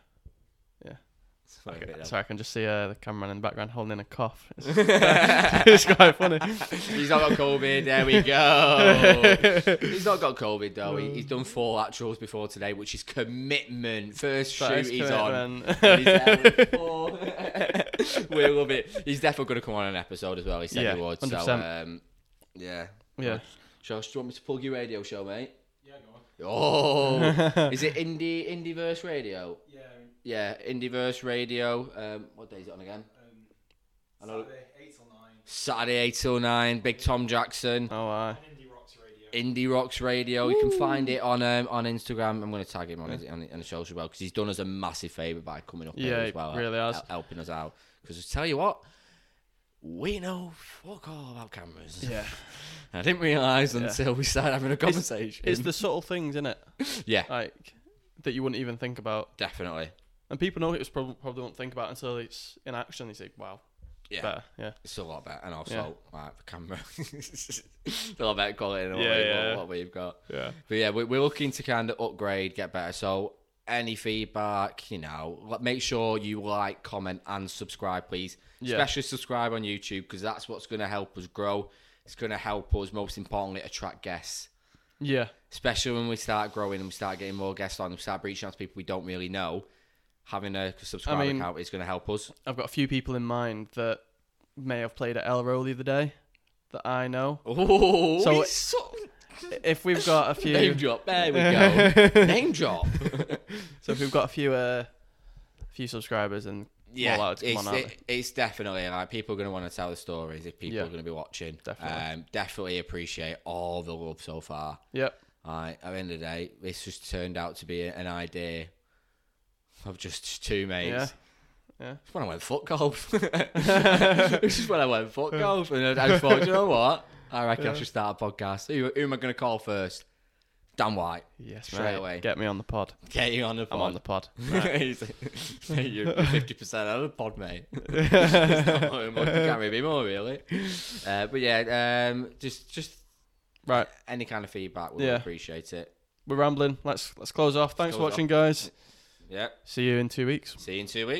[SPEAKER 1] So a bit of-
[SPEAKER 2] Sorry, I can just see uh, the cameraman in the background holding in a cough. It's, it's quite funny.
[SPEAKER 1] He's not got COVID. There we go. He's not got COVID though. He, he's done four laterals before today, which is commitment. First shoot
[SPEAKER 2] That is
[SPEAKER 1] he's on.
[SPEAKER 2] commitment.
[SPEAKER 1] He's out for- we love it. He's definitely going to come on an episode as well. He said
[SPEAKER 2] Yeah,
[SPEAKER 1] he would. So,
[SPEAKER 2] 100%.
[SPEAKER 1] um, yeah.
[SPEAKER 2] Yeah.
[SPEAKER 1] Josh, do you want me to plug your radio show, mate? Yeah, go on. Oh, is it indie Indieverse Radio?
[SPEAKER 3] Yeah,
[SPEAKER 1] Yeah, Indieverse Radio. Um, what day is it on again?
[SPEAKER 3] um,
[SPEAKER 1] I know-
[SPEAKER 3] Saturday, 8 till 9,
[SPEAKER 1] Saturday eight till nine. Big Tom Jackson.
[SPEAKER 2] Oh, aye.
[SPEAKER 3] on Indie Rocks Radio.
[SPEAKER 1] Indie Rocks Radio. You can find it on um, on Instagram. I'm going to tag him on his, on, his- on his social as well because he's done us a massive favour by coming up here
[SPEAKER 2] Yeah,
[SPEAKER 1] as
[SPEAKER 2] he
[SPEAKER 1] well.
[SPEAKER 2] really
[SPEAKER 1] hel-
[SPEAKER 2] has.
[SPEAKER 1] helping us out. Because I tell you what, we know fuck all about cameras.
[SPEAKER 2] Yeah.
[SPEAKER 1] I didn't realise
[SPEAKER 2] Yeah.
[SPEAKER 1] until we started having a conversation.
[SPEAKER 2] It's the subtle things, is it?
[SPEAKER 1] yeah,
[SPEAKER 2] Like that you wouldn't even think about,
[SPEAKER 1] definitely.
[SPEAKER 2] and people know it was probably probably won't think about until it's in action. They say, "Wow,
[SPEAKER 1] Yeah,
[SPEAKER 2] better." Yeah.
[SPEAKER 1] it's a lot better, and also like the camera, it's a lot better quality than what,
[SPEAKER 2] Yeah,
[SPEAKER 1] we,
[SPEAKER 2] yeah.
[SPEAKER 1] what we've got.
[SPEAKER 2] Yeah.
[SPEAKER 1] But yeah, we- we're looking to kind of upgrade, get better. So any feedback, you know, like, make sure you like, comment, and subscribe, please.
[SPEAKER 2] Yeah.
[SPEAKER 1] Especially subscribe on YouTube because that's what's going to help us grow. It's going to help us, most importantly, attract guests.
[SPEAKER 2] Yeah.
[SPEAKER 1] Especially when we start growing and we start getting more guests on, and we start reaching out to people we don't really know. Having a subscriber
[SPEAKER 2] mean-
[SPEAKER 1] account is going to help us.
[SPEAKER 2] I've got a few people in mind that may have played at El Row the other day that I know.
[SPEAKER 1] Oh,
[SPEAKER 2] So-
[SPEAKER 1] he's so-
[SPEAKER 2] If we've got a
[SPEAKER 1] name
[SPEAKER 2] few,
[SPEAKER 1] drop. There we go. name drop.
[SPEAKER 2] so if we've got a few, uh, few subscribers, and
[SPEAKER 1] yeah,
[SPEAKER 2] allowed to come
[SPEAKER 1] it's,
[SPEAKER 2] on, aren't
[SPEAKER 1] it- it's definitely like people are going to want to tell the stories if people
[SPEAKER 2] Yeah.
[SPEAKER 1] are going to be watching.
[SPEAKER 2] Definitely.
[SPEAKER 1] um, definitely appreciate all the love so far.
[SPEAKER 2] yep,
[SPEAKER 1] Like, at the end of the day, this just turned out to be a- an idea of just two mates.
[SPEAKER 2] Yeah. Yeah.
[SPEAKER 1] It's when I went foot golf. this is when I went foot golf, and I just thought, "Do you know what? I reckon I should start a podcast. Who, who am I going to call first? Dan White.
[SPEAKER 2] yes,
[SPEAKER 1] Straight
[SPEAKER 2] mate,
[SPEAKER 1] away.
[SPEAKER 2] get me on the pod.
[SPEAKER 1] Get you on the
[SPEAKER 2] I'm
[SPEAKER 1] pod.
[SPEAKER 2] on the pod.
[SPEAKER 1] He's like, "Hey, you're fifty percent out of the pod, mate. It's not much- much- can't really be more, really. Uh, but yeah, um, just just
[SPEAKER 2] Right,
[SPEAKER 1] any kind of feedback, we'll
[SPEAKER 2] Yeah.
[SPEAKER 1] appreciate it.
[SPEAKER 2] we're rambling. Let's let's close off. Thanks for
[SPEAKER 1] Close off.
[SPEAKER 2] watching, guys.
[SPEAKER 1] Yeah,
[SPEAKER 2] See you in two weeks.
[SPEAKER 1] see you in two weeks.